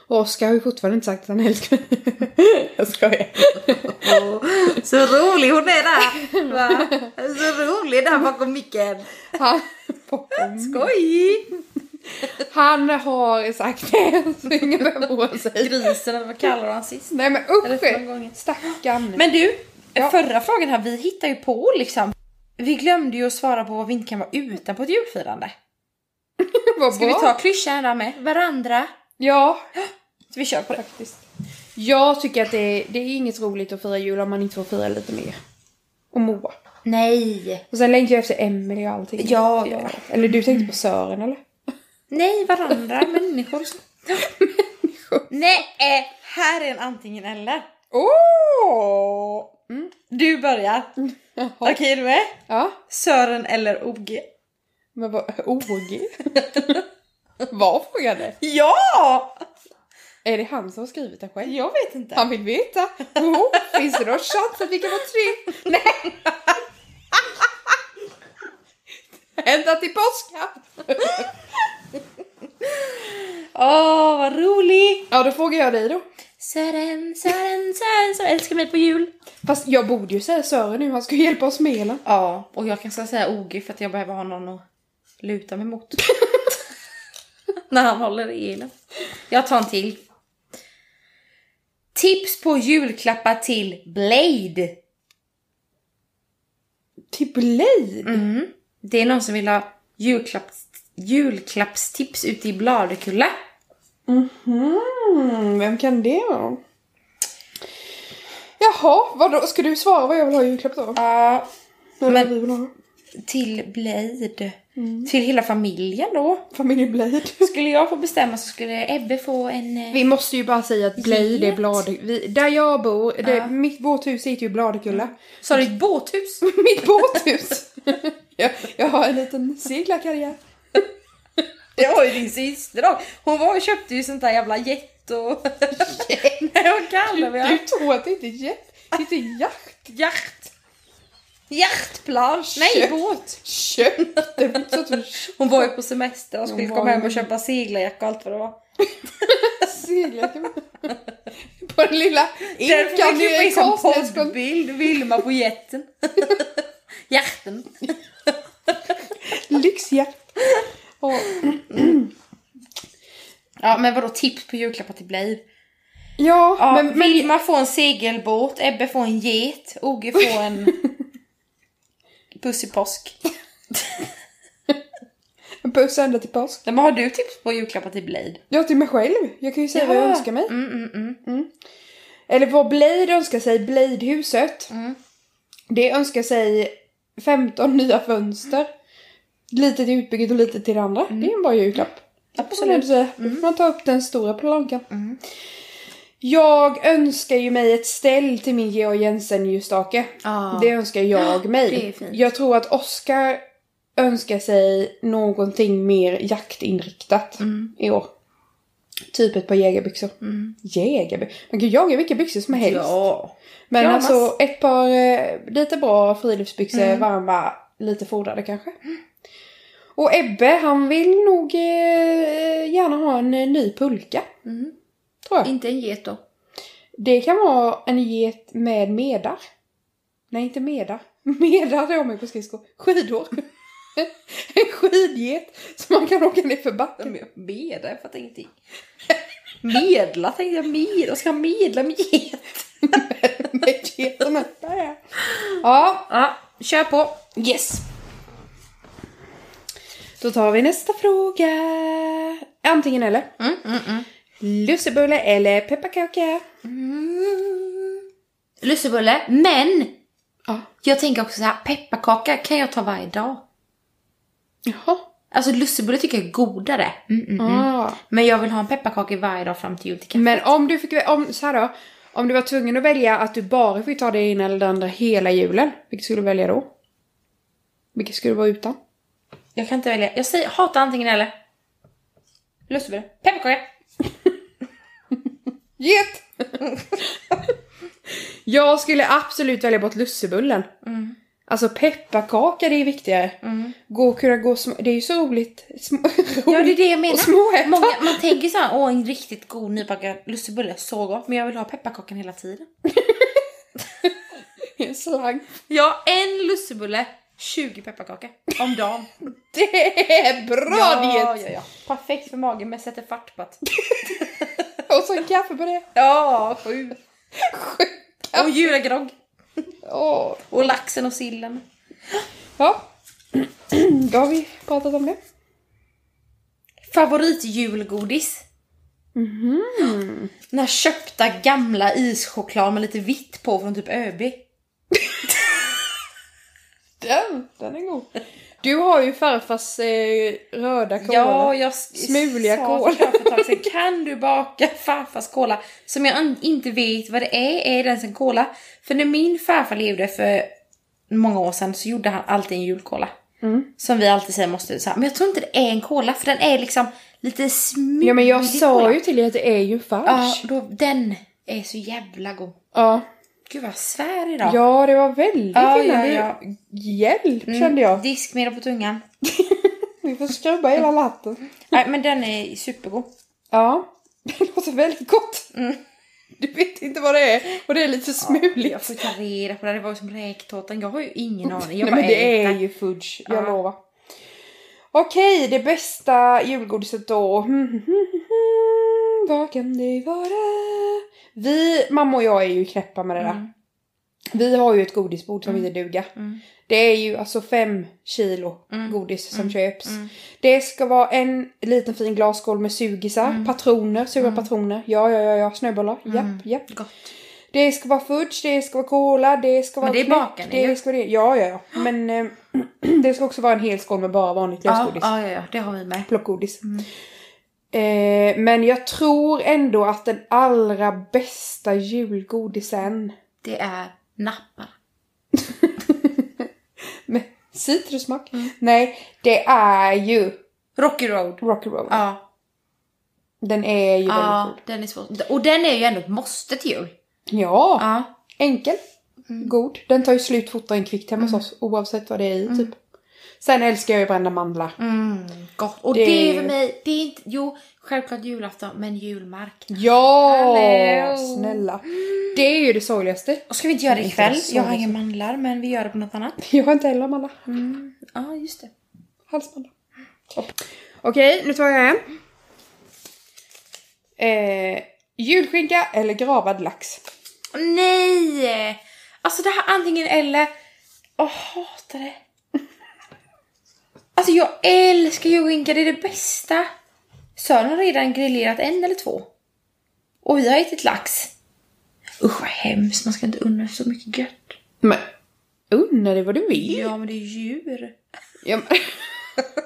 Och Oskar har ju fortfarande inte sagt att han älskar [laughs] mig. jag skojar.
[laughs] så rolig hon är där! Va? Så rolig där bakom micken.
Han, Mm.
Skoj!
han har sagt det, [laughs] så ingen behöver oroa sig.
Grisen eller vad kallar du han sist?
Nej men
Eller förra
usch!
gången.
Stackarn.
Men du,
Ja.
förra frågan här, vi hittar ju på liksom. Vi glömde ju att svara på vad vi inte kan vara utan på ett julfirande.
vad
Ska vi
bra.
ta klyschan där med? Varandra.
Ja,
Så vi kör på det.
faktiskt. Jag tycker att det är, det är inget roligt att fira jul om man inte får fira lite mer. Och Moa.
Nej.
Och sen längtar jag efter Emelie och allting.
Ja, ja.
Eller du tänkte på Sören [laughs] eller?
Nej, varandra, [laughs] människor. Nej, eh, här är en antingen eller.
Åh! Mm.
Du börjar. Okej, är du med?
Ja,
Sören eller OG?
men vad... [laughs] OG? Var frågan det?
Ja!
Är det han som har skrivit det själv?
Jag vet inte.
Han vill veta. Jo, finns det någon chans att vi kan vara tre? [laughs] Nej! Ända till påska!
[laughs] Åh, vad rolig!
Ja, då frågar jag dig då.
Sören, Sören, Sören som älskar mig på jul.
Fast jag borde ju säga Sören nu, han ska ju hjälpa oss med hela.
Ja, och jag kan ska säga OG för att jag behöver ha någon att luta mig mot. [laughs] När han håller i elen. Jag tar en till. Tips på julklappar till Blade.
Till Typ Blade?
Mm. Det är någon som vill ha julklapps, julklappstips ute i Bladekulla.
Mhm, vem kan det vara? Jaha, vadå? Ska du svara vad jag vill ha i julklapp då?
Ja,
Eller
men-
vad vi vill ha?
till Blade. Till hela familjen då.
Familjen Blade.
Skulle jag få bestämma så skulle Ebbe få en... eh,
Vi måste ju bara säga att Blade är
Get.
blad... Vi, där jag bor, det,
Ja.
mitt, vårt hus heter ju Bladekulla.
Sa du ett
[laughs]
båthus?
Mitt båthus! jag, jag har en liten seglarkarriär.
Det var ju din syster då. Hon var och köpte ju sånt där jävla jet och... [laughs] Nej, vad kallar vi
Du
det?
tror att det inte är jet, det är inte jakt.
Hjärt... Hjärtplage!
Köp.
Nej, båt!
Köpte, det är inte så att du
Hon var ju på semester och skulle
Hon var
komma
ju-
hem och köpa seglarjacka och allt vad det var.
seglar. På den lilla
Därför
inkan
fick liksom
nere
vi klippa
i
in som
Karlsnäs kom-
poddbild, Vilma på jätten. [laughs] Hjärten.
Lyxjakt. Ja.
Ja, men vadå tips på julklappar till Blade?
Ja,
Ja,
men, men
Vilma får en segelbåt, Ebbe får en get, Oge får en... [laughs] Puss i påsk.
puss ända till påsk.
Men vad har du tips på julklappar till Blade?
Jag till mig själv. Jag kan ju säga vad jag
Jaha.
önskar mig.
Mm, mm, mm.
Eller vad Blade önskar sig, Bladehuset.
Mm.
Det önskar sig 15 nya fönster. Lite till utbygget och lite till det andra. Det är ju en bra julklapp.
Mm. Absolut. Mm.
Då får man ta upp den stora plankan. Jag önskar ju mig ett ställ till min Georg Jensen-ljusstake.
Ja.
Det önskar jag mig.
det är fint.
Jag tror att Oscar önskar sig någonting mer jaktinriktat
Mm.
i år. Typ ett par jägarbyxor.
Mm.
Jägarbyxor? Man kan ju jaga vilka byxor som helst.
Ja.
Men
Pyjamas.
alltså ett par eh, lite bra friluftsbyxor,
Mm.
varma, lite fodrade kanske. Och Ebbe, han vill nog eh, gärna ha en eh, ny pulka.
Mm.
Tror jag.
Inte en get då.
Det kan vara en get med medar. Nej, inte medar. [laughs] Medar det har man ju på skridskor. Skidor. [laughs] en skidget som man kan åka ner för backen.
Medla, jag fattar ingenting. [laughs] Medla tänkte jag, medla. Ska jag medla med get?
med getarna. Ja,
Ja, kör på. Yes.
då tar vi nästa fråga. Antingen eller.
Mm, mm, mm.
Lussebulle eller pepparkaka?
Mm. Lussebulle, men
Ja.
jag tänker också så här, pepparkaka kan jag ta varje dag.
Jaha.
Alltså lussebulle tycker jag är godare. Mm, mm, mm.
Ah.
Men jag vill ha en pepparkaka varje dag fram till jul till kaffe.
Men om du fick, om, så här då. Om du var tvungen att välja att du bara fick ta det ena eller det andra hela julen, vilket skulle du välja då? Vilket skulle du vara utan?
Jag kan inte välja. Jag säger hata antingen eller. Lussebulle, pepparkaka.
Get! [laughs] Jag skulle absolut välja bort lussebullen.
Mm.
Alltså pepparkaka, det är viktigare.
Mm.
Gå och kunna gå små, det är ju så roligt. Små, [laughs]
Ja, det är det jag menar.
och småäta.
Många, man tänker så här, åh en riktigt god nybackad lussebulle, så gott. Men jag vill ha pepparkakan hela tiden.
En slang. [laughs]
Ja, en lussebulle, 20 pepparkakor om [laughs] dagen.
Det är bra
ja,
diet!
ja, ja. Perfekt för magen men sätter fart på att...
Och så en kaffe på det. [laughs]
Ja, sju.
Sjuka.
Och julagrogg.
Åh.
Och laxen och sillen.
Ja. [clears throat] Då har vi pratat om det.
Favoritjulgodis. Den här köpta gamla ischoklad med lite vitt på från typ ÖB.
Den, den är god. Du har ju farfars eh, röda kola.
Ja, jag s-
Smuliga
sa
kola.
till Klara för ett
[laughs]
tag sedan, Kan du baka farfars kola? Som jag an- inte vet vad det är, är det ens en kola? För när min farfar levde för många år sedan så gjorde han alltid en julkola.
Mm.
Som vi alltid säger måste så här, men jag tror inte det är en kola för den är liksom lite smulig
ja men jag sa
kola.
ju till dig att det är ju en
Ja,
fars.
då, den är så jävla god.
Ja.
Gud vad jag svär idag.
Ja. det var väldigt
Ja,
innan
ja,
du-
ja.
Hjälp
Mm,
kände
[laughs]
jag.
Diskmedel på tungan.
Vi får skrubba hela latten.
Nej men den är supergod.
Ja. Det låter väldigt gott.
Mm.
Du vet inte vad det är och det är
[laughs]
lite smuligt.
Jag får ta reda på det. Det var ju som räktårtan. Jag har ju ingen aning. Jag
Nej
bara
men det
äter.
är ju fudge, jag
Ja.
lovar. Okej, det bästa julgodiset då. Hmm, hmm, hmm, hmm. Vad kan det vara? Vi, mamma och jag är ju knäppa med det där.
Mm.
Vi har ju ett godisbord som
Mm.
inte duga.
Mm.
Det är ju alltså fem kilo
Mm.
godis som
Mm.
köps.
Mm.
Det ska vara en liten fin glasskål med sugisar,
Mm.
patroner, sura
Mm.
patroner. Ja, ja, ja, ja, snöbollar.
Mm.
Japp, japp.
Gott.
Det ska vara fudge, det ska vara cola, det ska
Men
vara
det
knäck,
bakar ni
det
ju.
ska vara det. Ja, ja, ja. Men eh, [clears throat] det ska också vara en hel skål med bara vanligt
Ja,
lösgodis.
ja, ja, ja, det har vi med.
Plockgodis.
Mm.
Eh, men jag tror ändå att den allra bästa julgodisen
Det är nappar.
med citrussmak,
Mm.
nej, det är ju
Rocky Road.
Rocky Roll.
Ja,
Den är ju
ja
väldigt
den är svår. Och den är ju ändå ett måste till jul.
god. Ja,
Ja.
enkel.
Mm.
God. Den tar ju slut fortare än kvickt hemma hos oss oavsett vad det är i typ. Sen älskar jag ju brända mandlar.
Mm, gott. Och
Det-
det, är för mig, det är inte, jo, självklart julafton, men julmarknad.
Ja,
Hallå.
snälla. Det är ju det sorgligaste. [laughs]
Och ska vi inte liksom. göra det
Inte
ikväll?
så
Jag har inga mandlar, men vi gör det på något annat.
Jag har inte heller mandlar.
Mm. Ja, just det.
Halsmandlar. Hopp. Okej, nu tar jag en. Eh, julskinka eller gravad lax?
Åh, nej! Alltså det här antingen eller. Åh, hatar det. Alltså jag älskar julskinka, det är det bästa. Sören har redan grillerat en eller två. Och vi har ätit lax. Usch vad hemskt, man ska inte unna så mycket gött.
Men unna dig vad du vill.
Ja men det är djur.
Ja, men-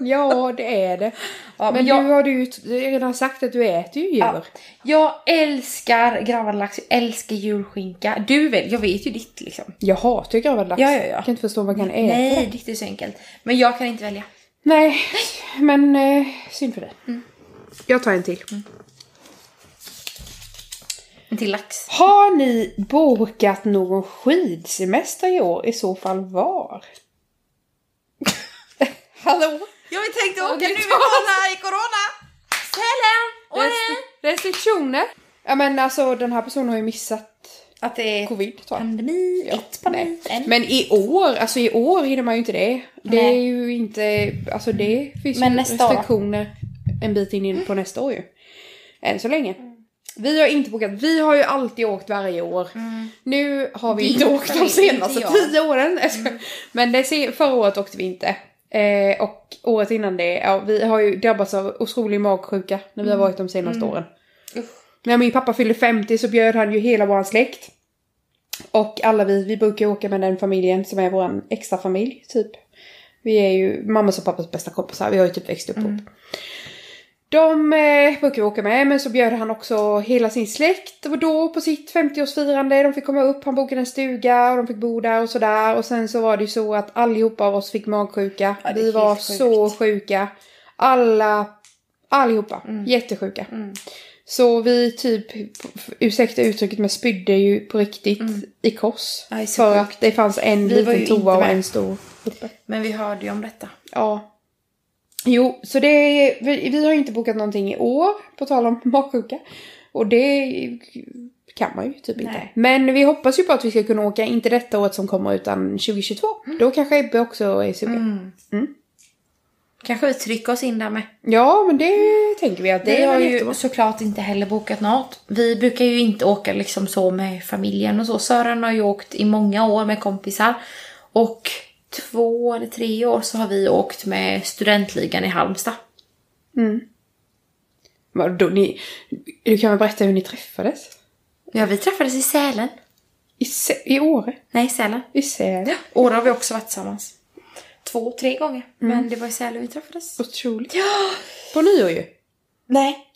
[laughs] ja, det är det.
Ja,
men
men jag-
nu har du ju t- redan sagt att du äter ju djur.
Ja. Jag älskar gravad lax, jag älskar julskinka. Du väl, jag vet ju ditt liksom.
Jag hatar ju gravad lax.
Ja, ja, ja.
Jag kan inte förstå vad man kan äta.
Nej, ditt är så enkelt. Men jag kan inte välja.
Nej, men eh, synd för dig.
Mm.
Jag tar en till.
En till lax.
Har ni bokat någon skidsemester i år? I så fall
[laughs]
var? Hallå?
Jag tänkte
åka nu i
corona, i corona! Sälen!
Restri- restriktioner? Ja men alltså den här personen har ju missat
Att det är
covid tror jag.
pandemi,
Ja,
ett pandemi, en.
Men i år, alltså i år hinner man ju inte det. Det
Nej.
är ju inte, alltså det finns
Men
ju
nästa år. Mm.
restriktioner en bit in i- på nästa år ju. Än så länge. Vi har inte bokat, vi har ju alltid åkt varje år. Nu har vi
Det
inte
är
åkt de
Mm. inte
senaste
jag.
tio åren.
Mm.
[laughs] Men det, se- förra året åkte vi inte. Eh, och året innan det, ja, vi har ju drabbats av otrolig magsjuka när vi
Mm.
har varit de senaste åren.
Usch.
När min pappa fyllde 50 så bjöd han ju hela vår släkt. Och alla vi, vi brukar ju åka med den familjen som är vår extra familj typ. Vi är ju mammas och pappas bästa kompisar, vi har ju typ växt upp
Mm.
ihop. De eh, brukar vi åka med, men så bjöd han också hela sin släkt och då på sitt 50-årsfirande. De fick komma upp, han bokade en stuga och de fick bo där och sådär. Och sen så var det ju så att allihopa av oss fick magsjuka.
Ja, det är
vi var
helt sjukt. Mm.
så sjuka. Alla, allihopa, jättesjuka. Så vi typ, ursäkta uttrycket, men spydde ju på riktigt
Mm.
i kors.
Aj, så
för
sjukt.
att det fanns en
Vi var ju
liten
inte
toa och
med.
en stor uppe.
Men vi hörde ju om detta.
Ja. Jo, så det är, vi, vi har ju inte bokat någonting i år, på tal om [laughs] magsjuka. Och det kan man ju typ inte.
Nej.
Men vi hoppas ju på att vi ska kunna åka, inte detta året som kommer utan 2022.
Mm.
Då kanske Ebbe också är sugen.
Kanske vi trycker oss in där med.
Ja, men det tänker vi att det,
Vi
är
har
väl
ju
jättebra.
såklart inte heller bokat något. Vi brukar ju inte åka liksom så med familjen och så. Sören har ju åkt i många år med kompisar. Och två eller tre år så har vi åkt med studentligan i Halmstad.
Men då, ni, du kan väl berätta hur ni träffades?
Ja, vi träffades i Sälen.
I, Sä- i Åre?
Nej, Sälen.
I Sälen?
Ja, Åre har vi också varit tillsammans. Två, tre gånger. Men det var i Sälen vi träffades.
Otroligt. Ja! På nyår ju.
Nej.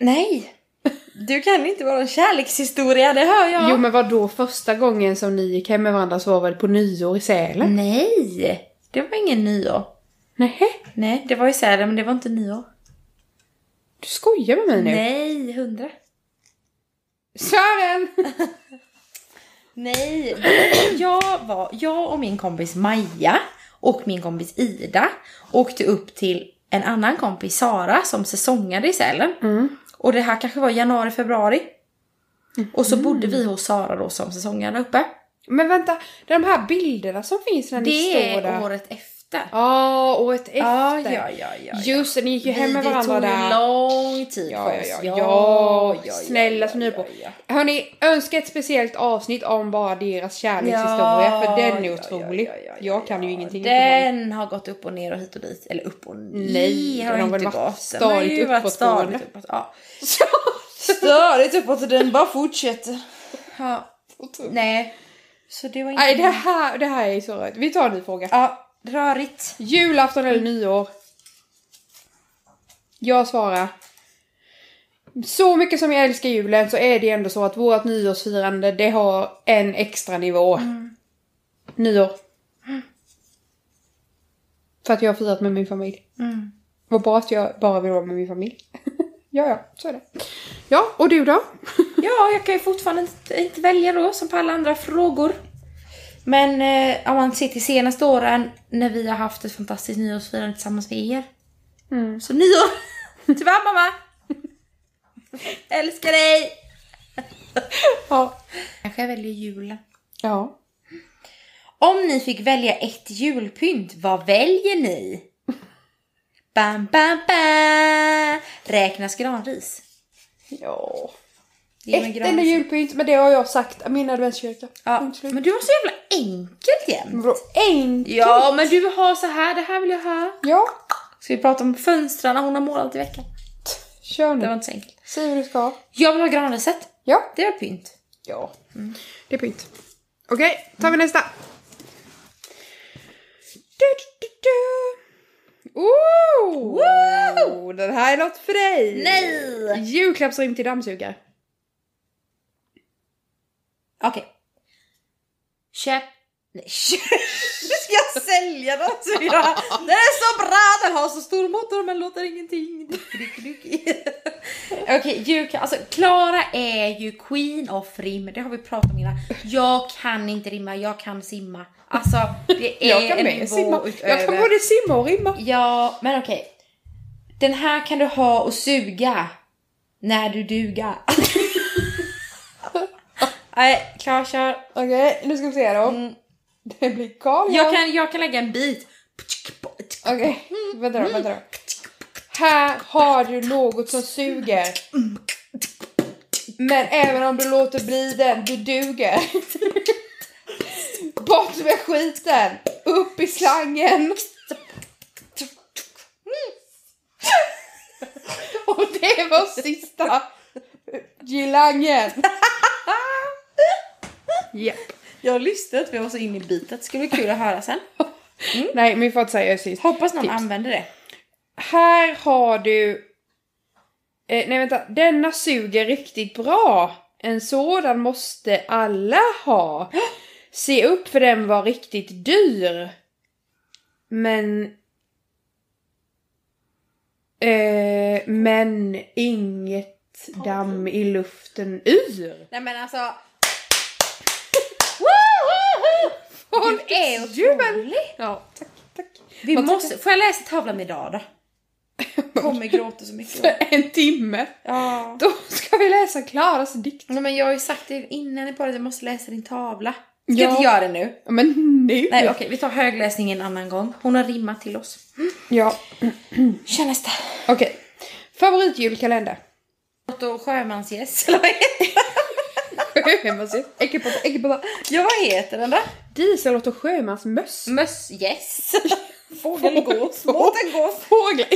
Nej. Du kan inte vara en kärlekshistoria, det hör jag.
Jo men vad då första gången som ni gick hem med varandra så var väl på nyår i
Mm.
Sälen?
Nej, det var ingen nyår.
Nähä?
Nej, det var i Sälen, men det var inte nyår.
Du skojar med mig nu?
Nej, hundra. [laughs]
Sören!
Nej, jag, var, jag och min kompis Maja och min kompis Ida åkte upp till en annan kompis, Sara, som säsongade i Sälen.
Mm.
Och det här kanske var januari, februari. Och
Mm.
så bodde vi hos Sara då som säsongade uppe.
Men vänta, de här bilderna som finns när ni
Det
står
är
där.
året efter.
Ja, året efter.
Ja, ja, ja, ja.
Just det, ni gick ju hem med
det
varandra
tog
där.
lång tid
Ja,
för
ja,
oss.
ja, ja,
ja,
snälla som ni är på. Hörni, önska ett speciellt avsnitt om bara deras kärlekshistoria för den är otrolig.
ja, ja, ja,
jag kan ju
ja.
ingenting.
[laughs] Den har gått upp och ner och hit och dit. Eller upp och ner
Nej, den
har
har
den
väl
inte
varit
gått. Den har ju
stadigt
varit
uppåtgående.
stadigt uppåt. Ja.
Så
Stadigt uppåt och den bara fortsätter. Ja.
otroligt.
Nej. Så det var inte...
[laughs] Nej, det här, det här är så rörigt. Vi tar en ny fråga.
Ja, rörigt.
Julafton eller nyår? Jag svarar. Så mycket som jag älskar julen så är det ändå så att vårt nyårsfirande det har en extra nivå.
Mm.
Nyår. För att jag har firat med min familj.
Mm.
Vad bra att jag bara vill vara med min familj. [laughs] ja, ja, så är det. Ja, och du då? [laughs]
Ja, jag kan ju fortfarande inte, inte välja då som på alla andra frågor. Men eh, om man ser till senaste åren när vi har haft ett fantastiskt nyårsfirande tillsammans med er.
Mm.
Så nyår! [laughs] Tyvärr mamma! [laughs] Älskar dig!
Ja.
Kanske jag väljer julen.
Ja.
Om ni fick välja ett julpynt, vad väljer ni? Bam, bam, bam! Räknas granris?
Ja.
Det är med
Ett
granris.
enda julpynt, men det har jag sagt. Min adventskyrka.
Ja.
Punkt slut.
Men du har så jävla enkelt jämt.
Vadå enkelt?
Ja, men du har så här, det här vill jag ha.
Ja,
Ska vi prata om fönstren hon har målat i veckan?
kör
Det var
nu.
inte så enkelt.
Säg vad du ska ha.
Jag vill ha granriset.
Ja.
Det är pynt.
Ja. Det är pynt. Okej, tar vi nästa. Du, du, du, du. Oh!
Woho!
Den här är något för dig!
Nej!
Julklappsrim till dammsugare.
Okej. Köp... Nej, [laughs] köp. Ska jag sälja den? Så vill jag ha- Den är så bra! Den har så stor motor men låter ingenting. Duck, duck, duck. Okej, julklapp. Alltså Klara är ju queen of rim. Det har vi pratat om innan. Jag kan inte rimma, jag kan simma. Alltså det är
Jag kan
en
med
nivå
simma.
utöver.
Jag kan både simma och rimma.
Ja, men okej. Den här kan du ha och suga. När du [laughs] duga. Nej, klar, kör.
Okej, nu ska vi se då.
Mm.
Det blir Karl
Jag kan, jag kan lägga en bit.
Okej, vänta då, vänta då. Här har du något som suger. Men även om du låter bli den, du duger. Bort med skiten! Upp i slangen! Och det var sista gilangen. Japp.
Jag lyssnade att vi var så inne i bitet. Skulle vara kul att höra sen.
Nej, min far säger sist.
Hoppas någon
Tips.
använder det.
Här har du... Eh, nej vänta, denna suger riktigt bra. En sådan måste alla ha. Se upp för den var riktigt dyr. Men... Eh, men inget damm i luften ur.
Nej men alltså... Woho! Hon
Gud,
är
jubel.
otrolig!
Ja, tack, tack.
Vi
Vad tycker
måste, får jag läsa tavlan idag då? Kommer gråta så [laughs] mycket.
För en timme.
Ja.
Då ska vi läsa Klaras dikt.
Nej, men jag har ju sagt det innan i podden, jag måste läsa din tavla. Ska
Ja.
jag inte göra det nu?
Men nu!
Nej okej, vi tar högläsning en annan gång. Hon har rimmat till oss.
Ja,
Kör nästa.
okej. Favoritjulkalender?
Otto Sjömansgäss, eller vad heter den?
Äggepoppa, äggepoppa.
Ja vad heter den då?
Dieselotto Sjömans möss.
Mössgäss.
Fågelgås.
[laughs] Fågelgås. Mårtengås.
Fåglar.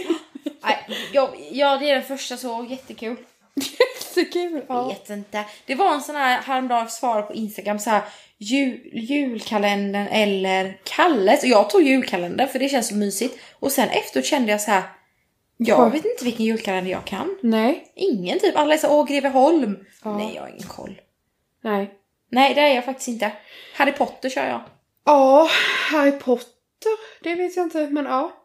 Nej, jag, ja, det är den första så jättekul.
Jättekul. Ja.
Vet inte. Det var en sån här häromdagen svar på Instagram så här jul, julkalendern eller Kalles. Och jag tog julkalender för det känns så mysigt. Och sen efteråt kände jag så här.
Ja.
Jag vet inte vilken julkalender jag kan.
Nej.
Ingen typ. Alla är så åh Greveholm.
Ja.
Nej, jag har ingen koll.
Nej.
Nej, det är jag faktiskt inte. Harry Potter kör jag.
Ja, Harry Potter. Det vet jag inte, men ja.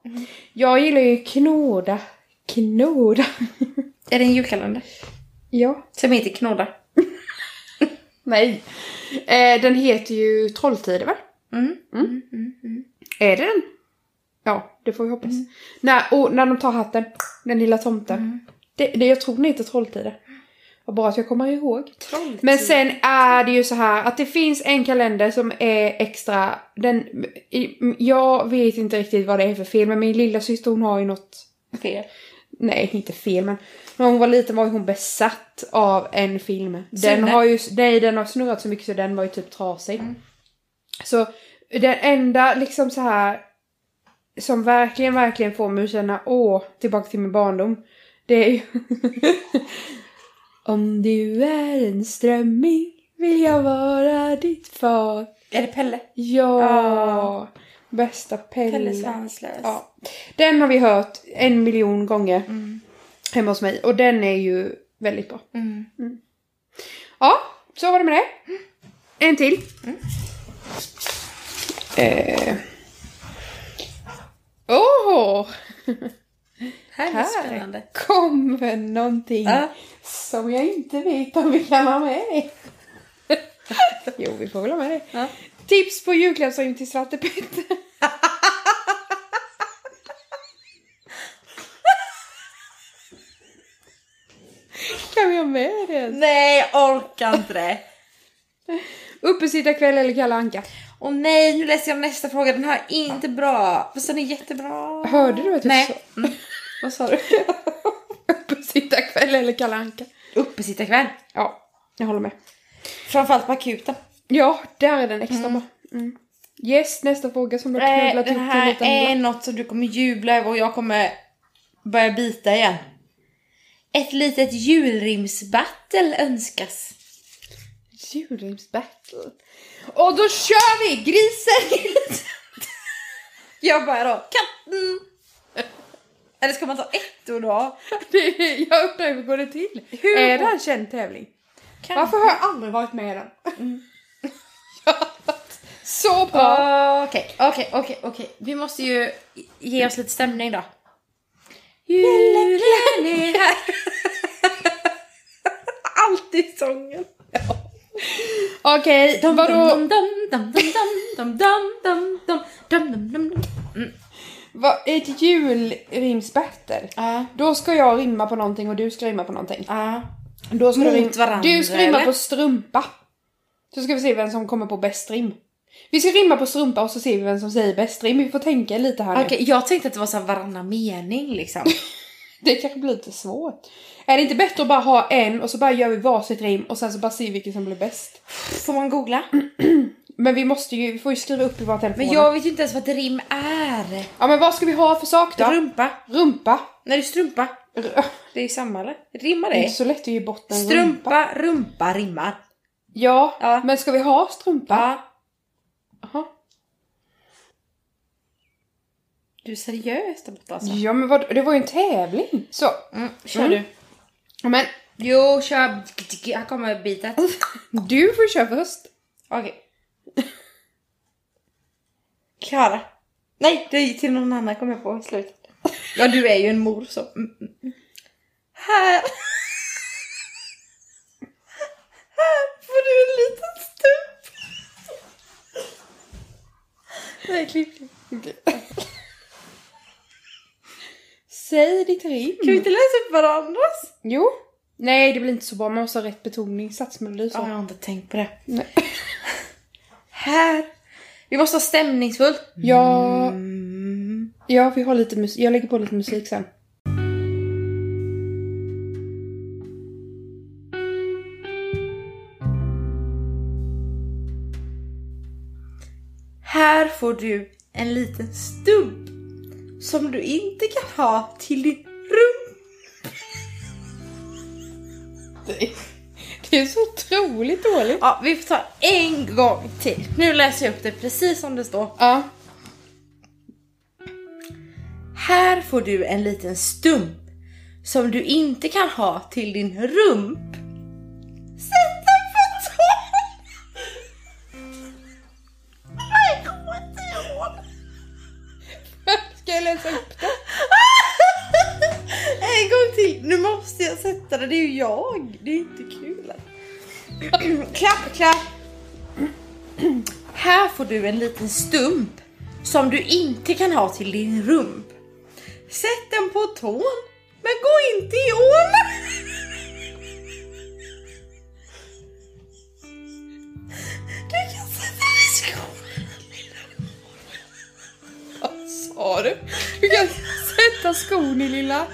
Jag gillar ju Knåda. Knåda.
Är det en julkalender?
Ja.
Som heter Knåda.
Nej. Eh, den heter ju Trolltider, va?
Mm.
Mm.
Mm, mm, mm.
Är det den? Ja, det får vi hoppas. När, och när de tar hatten, den lilla tomten.
Mm.
Det, det, jag tror den heter Trolltider. Vad bra att jag kommer ihåg.
Trolltid.
Men sen är det ju så här att det finns en kalender som är extra... Den, i- jag vet inte riktigt vad det är för fel, men min lilla syster hon har ju något
Fel.
Nej, inte fel men när hon var liten var ju hon besatt av en film. Den
Sune?
har ju, nej den har snurrat så mycket så den var ju typ trasig.
Mm.
Så den enda liksom så här som verkligen, verkligen får mig att känna åh, tillbaka till min barndom. Det är ju... [laughs] Om du är en strömming vill jag vara ditt far.
Är det Pelle?
Ja!
Ja.
Bästa Pelle.
Pelle Svanslös.
Ja. Den har vi hört en miljon gånger
Mm.
hemma hos mig. Och den är ju väldigt bra.
Mm.
Ja, så var det med det. En till.
Mm.
Eh. Åh!
Här är det
Här
spännande.
kommer någonting
Ja.
som jag inte vet om vi kan ha med. [laughs] jo, vi får väl ha med det.
Ja.
Tips på julklappsrim till Svarte Petter. [laughs] kan vi ha med det?
Nej, jag orkar inte det.
Uppesittarkväll eller Kalle Anka?
Åh nej, nu läser jag nästa fråga. Den här är inte bra. Fast den är jättebra.
Hörde du att jag
nej.
sa?
Mm.
Vad sa du? Uppesittarkväll eller Kalle Anka?
[laughs] Uppesittarkväll.
Ja, jag håller med.
Framförallt på akuten.
Ja, där är den extra bra. Mm. Eh, Yes, nästa fråga som du har
Nej,
knullat
Eh, den
upp till
här
lite
är
en...
något som du kommer jubla över och jag kommer börja bita igen. Ett litet julrimsbattle önskas.
Julrimsbattle. Och då kör vi! Grisen!
[laughs] Jag bara då, katten! Eller ska man ta ett ord då?
Det- [laughs] jag undrar hur går det till?
Hur-
Är det en känd tävling?
Kan-
Varför har jag aldrig varit med i den?
Mm.
Jag har varit [laughs] så bra!
Okej, okej, okej, okej. Vi måste ju ge oss lite stämning då. Julen är här. Alltid sången.
Okej, vadå?
Dum, dum, dum, dum, dum, dum, dum, dum, dum, dum, dum, dum.
Vad, ett julrimsbattle?
Ja.
Då ska jag rimma på någonting och du ska rimma på någonting.
Ja.
Då ska du,
Mot
rim-
varandra,
du ska rimma
eller?
på strumpa. Så ska vi se vem som kommer på bäst rim. Vi ska rimma på strumpa och så ser vi vem som säger bäst rim. Vi får tänka lite här
Okej,
nu.
jag tänkte att det var så här varannan mening [laughs] liksom.
Det kanske blir lite svårt. Är det inte bättre att bara ha en och så bara gör vi varsitt rim och sen så bara ser vi vilken som blir bäst?
Får man googla?
Men vi måste ju, vi får ju skriva upp i våra telefoner.
Men jag vet ju inte ens vad ett rim är.
Ja men vad ska vi ha för sak då?
Rumpa.
Rumpa.
Nej, det är strumpa.
R-
Det är ju samma eller? Rimmar
det är
det?
inte så lätt att ge bort en rumpa.
Strumpa, rumpa, rimmar.
Ja,
Ja.
men ska vi ha strumpa?
Ja.
Jaha.
Du är seriös där borta alltså?
Ja men vad, det var ju en tävling. Så,
Mm, kör
Mm.
du.
men
Jo, kör. Här kommer bitet. Okej.
du får köra först.
Klara. Nej, det är till någon annan kom jag på i slutet. Ja, du är ju en mor så. Mm, mm. Här. Här får du en liten stump. Nej, klipp. klipp.
Säg ditt rim.
Kan vi inte läsa upp varandras?
Jo. Nej, det blir inte så bra. Man måste ha rätt betoning, satsmelodi och så.
Ja, jag har inte tänkt på det.
Nej.
[laughs] Här. Vi måste ha stämningsfullt.
Ja.
Mm.
Ja, vi har lite musik. Jag lägger på lite musik sen.
Här får du en liten stump som du inte kan ha till ditt rum.
Det, det är så otroligt dåligt.
Ja, vi får ta en gång till. Nu läser jag upp det precis som det står.
Ja. [laughs]
Här får du en liten stump som du inte kan ha till din rump. Sätt den på toan! [laughs] Nej, jag kommer inte ihåg.
Ska jag läsa upp det?
[laughs] En gång till, nu måste jag sätta det, det är ju jag. Det är inte kul. [clears throat] klapp, klapp. Här får du en liten stump som du inte kan ha till din rump. Sätt den på tån, men gå inte i ån. [laughs] Du kan sätta den i skolan. [laughs]
Vad sa du? Du kan sätta skon i lilla...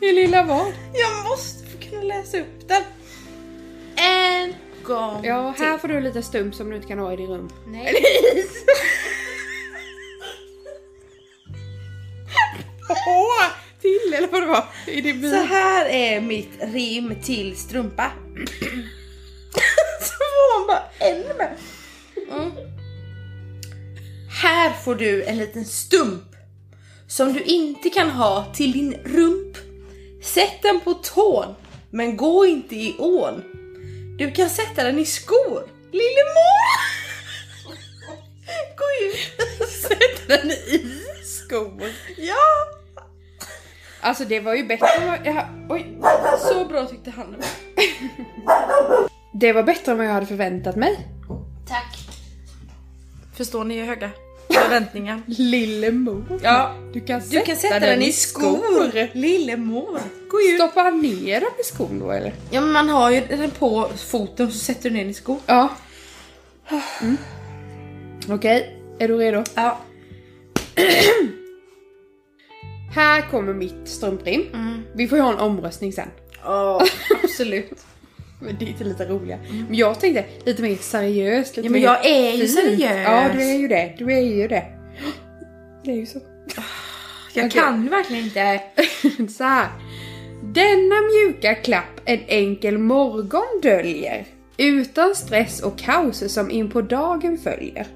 I lilla vad?
Jag måste få kunna läsa upp den. En gång
Ja,
till.
här får du en liten stump som du inte kan ha i din rum.
Nej. [laughs]
Åh! Till eller vad det var. I din
Så
bil.
här är mitt rim till strumpa. [clears throat] Så får hon bara en med. Mm. Här får du en liten stump som du inte kan ha till din rump. Sätt den på tån, men gå inte i ån. Du kan sätta den i skor. Lillemor! [laughs] Gå ut. Sätt den i skor. Ja!
Alltså det var ju bättre än vad jag... ha- Oj.
Så bra tyckte han det var.
Det var bättre än vad jag hade förväntat mig.
Tack. Förstår ni hur höga förväntningar?
Lillemor.
Ja.
Du kan sätta,
Du kan sätta den i skor. Lillemor. Gå ut.
Stoppa ner dem i skon då eller?
Ja men man har ju den på foten så sätter du ner den i skor.
Ja. Mm. Okej, är du redo?
Ja.
Här kommer mitt strumprim.
Mm.
Vi får ju ha en omröstning sen.
[laughs] absolut.
Men det är inte lite roliga. Men jag tänkte lite mer seriöst. Lite
Ja, men
mer
jag är ju
fint.
seriös.
Ja, du är ju det. Du är ju det. [gasps] Det är ju så.
Jag
Okej.
kan ju verkligen
[laughs]
inte.
så här. Denna mjuka klapp en enkel morgon döljer. Utan stress och kaos som in på dagen följer.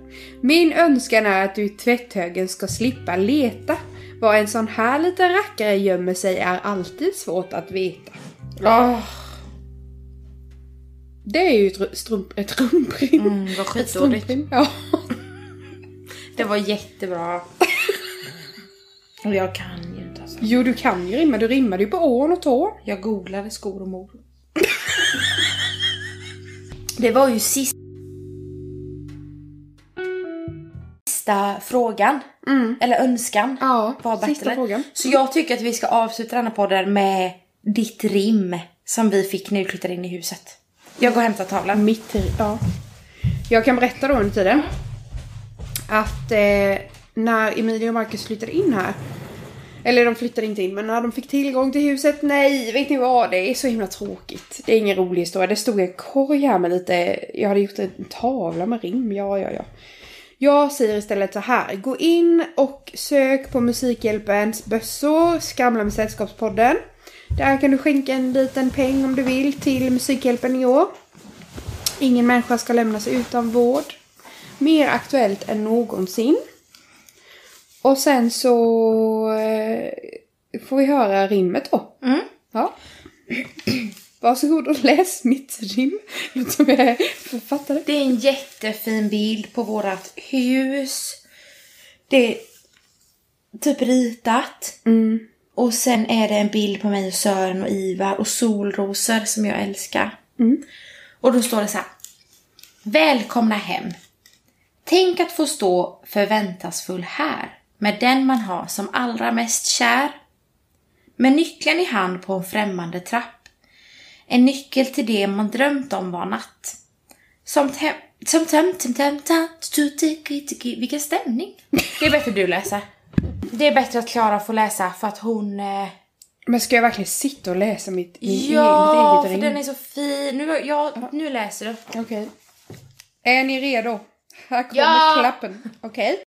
Min önskan är att du i tvätthögen ska slippa leta. Var en sån här liten rackare gömmer sig är alltid svårt att veta.
Oh.
Det är ju ett ru- strump... Ett [laughs] rumprim.
Mm, vad skitdåligt.
Ja.
Det var jättebra. Och jag kan ju inte alltså.
Jo, du kan ju rimma. Du rimmade ju på ån och tå.
Jag googlade skor och mor. Det var ju sist- sista frågan. Eller önskan.
Mm. Ja,
var Bertil.
sista frågan.
Så jag tycker att vi ska avsluta denna podden med ditt rim som vi fick när vi flyttade in i huset. Jag går och hämtar tavlan.
Mitt i, ja. Jag kan berätta då under tiden. Att eh, när Emilia och Marcus flyttade in här. Eller de flyttade inte in, men när de fick tillgång till huset. Nej, vet ni vad? Det är så himla tråkigt. Det är ingen rolig historia. Det stod en korg här med lite... Jag hade gjort en tavla med rim. Ja, ja, ja. Jag säger istället så här. Gå in och sök på Musikhjälpens bössor, Skramla med Sällskapspodden. Där kan du skänka en liten peng om du vill till Musikhjälpen i år. Ingen människa ska lämnas utan vård. Mer aktuellt än någonsin. Och sen så eh, får vi höra rimmet då.
Mm.
Ja. [clears throat] Varsågod och läs mitt rim. [laughs] Låter som jag är författare.
Det är en jättefin bild på vårat hus. Det är typ ritat.
Mm.
Och sen är det en bild på mig och Sören och Ivar och solrosor som jag älskar.
Mm.
Och då står det så här. Välkomna hem. Tänk att få stå förväntansfull här med den man har som allra mest kär. Med nyckeln i hand på en främmande trapp. En nyckel till det man drömt om var natt. Som tem... Som tem... Tem... Tem... Tem... tu- tiki- tiki- Vilken stämning! Det är bättre du läser. Det är bättre att Klara får läsa för att hon... Eh...
Men ska jag verkligen sitta och läsa mitt, min
Ja,
eget
för
eget
den
ring?
är så fin. Nu, ja, nu läser du.
Okej. Är ni redo? Här kommer
Ja!
klappen. Okej.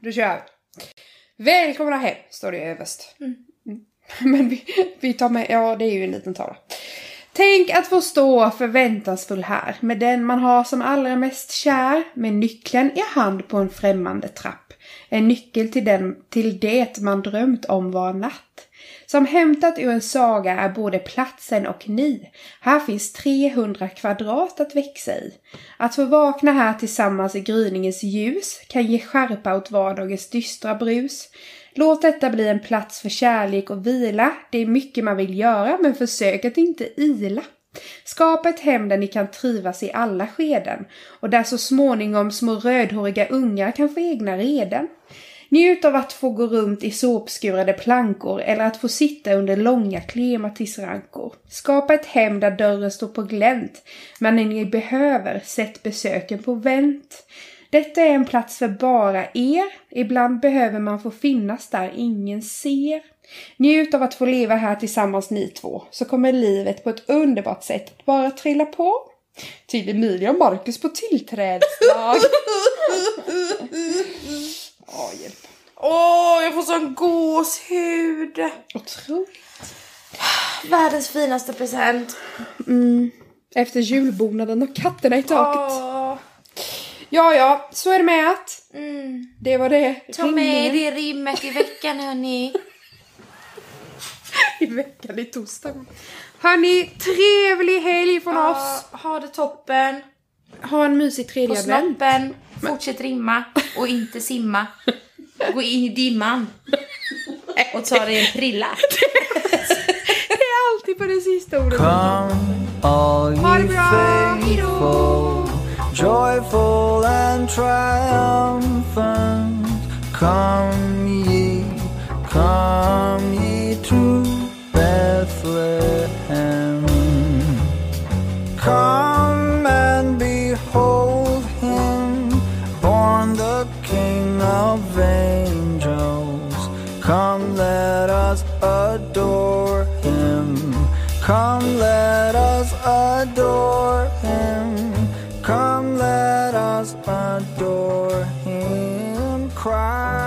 Då kör vi. Välkomna hem, står det överst. Mm. Men vi, vi tar med, ja det är ju en liten tavla. Tänk att få stå förväntansfull här med den man har som allra mest kär med nyckeln i hand på en främmande trapp. En nyckel till, den, till det man drömt om var natt. Som hämtat ur en saga är både platsen och ni. Här finns 300 kvadrat att växa i. Att få vakna här tillsammans i gryningens ljus kan ge skärpa åt vardagens dystra brus. Låt detta bli en plats för kärlek och vila. Det är mycket man vill göra, men försök att inte ila. Skapa ett hem där ni kan trivas i alla skeden och där så småningom små rödhåriga ungar kan få egna reden. Njut av att få gå runt i såpskurade plankor eller att få sitta under långa klematisrankor. Skapa ett hem där dörren står på glänt, men när ni behöver, sätt besöken på vänt. Detta är en plats för bara er. Ibland behöver man få finnas där ingen ser. Njut av att få leva här tillsammans ni två, så kommer livet på ett underbart sätt att bara trilla på. Till Emilia och Marcus på tillträdesdag. Ja, hjälp.
Åh, jag får sån gåshud!
Otroligt.
Världens finaste present.
Efter julbonaden och katterna i taket.
Åh.
Ja, ja, så är det med att.
Mm.
Det var det.
Ta med
Ringningen
det rimmet i veckan hörni.
i veckan i torsdag. Hörni, trevlig helg från oss.
Ja, ha det toppen.
Ha en mysig
På
tredje advent.
snoppen. Fortsätt rimma och inte simma. Gå in i
[laughs]
dimman. Och ta dig en prilla.
Det är alltid på det sista ordet.
Come, all
Ha det
ye
bra.
faithful, joyful and triumphant. Come ye, come ye to Bethlehem. Come and behold him, born the King of angels. Come, let us adore him. Come, let us adore him. Come, let us adore him. Christ.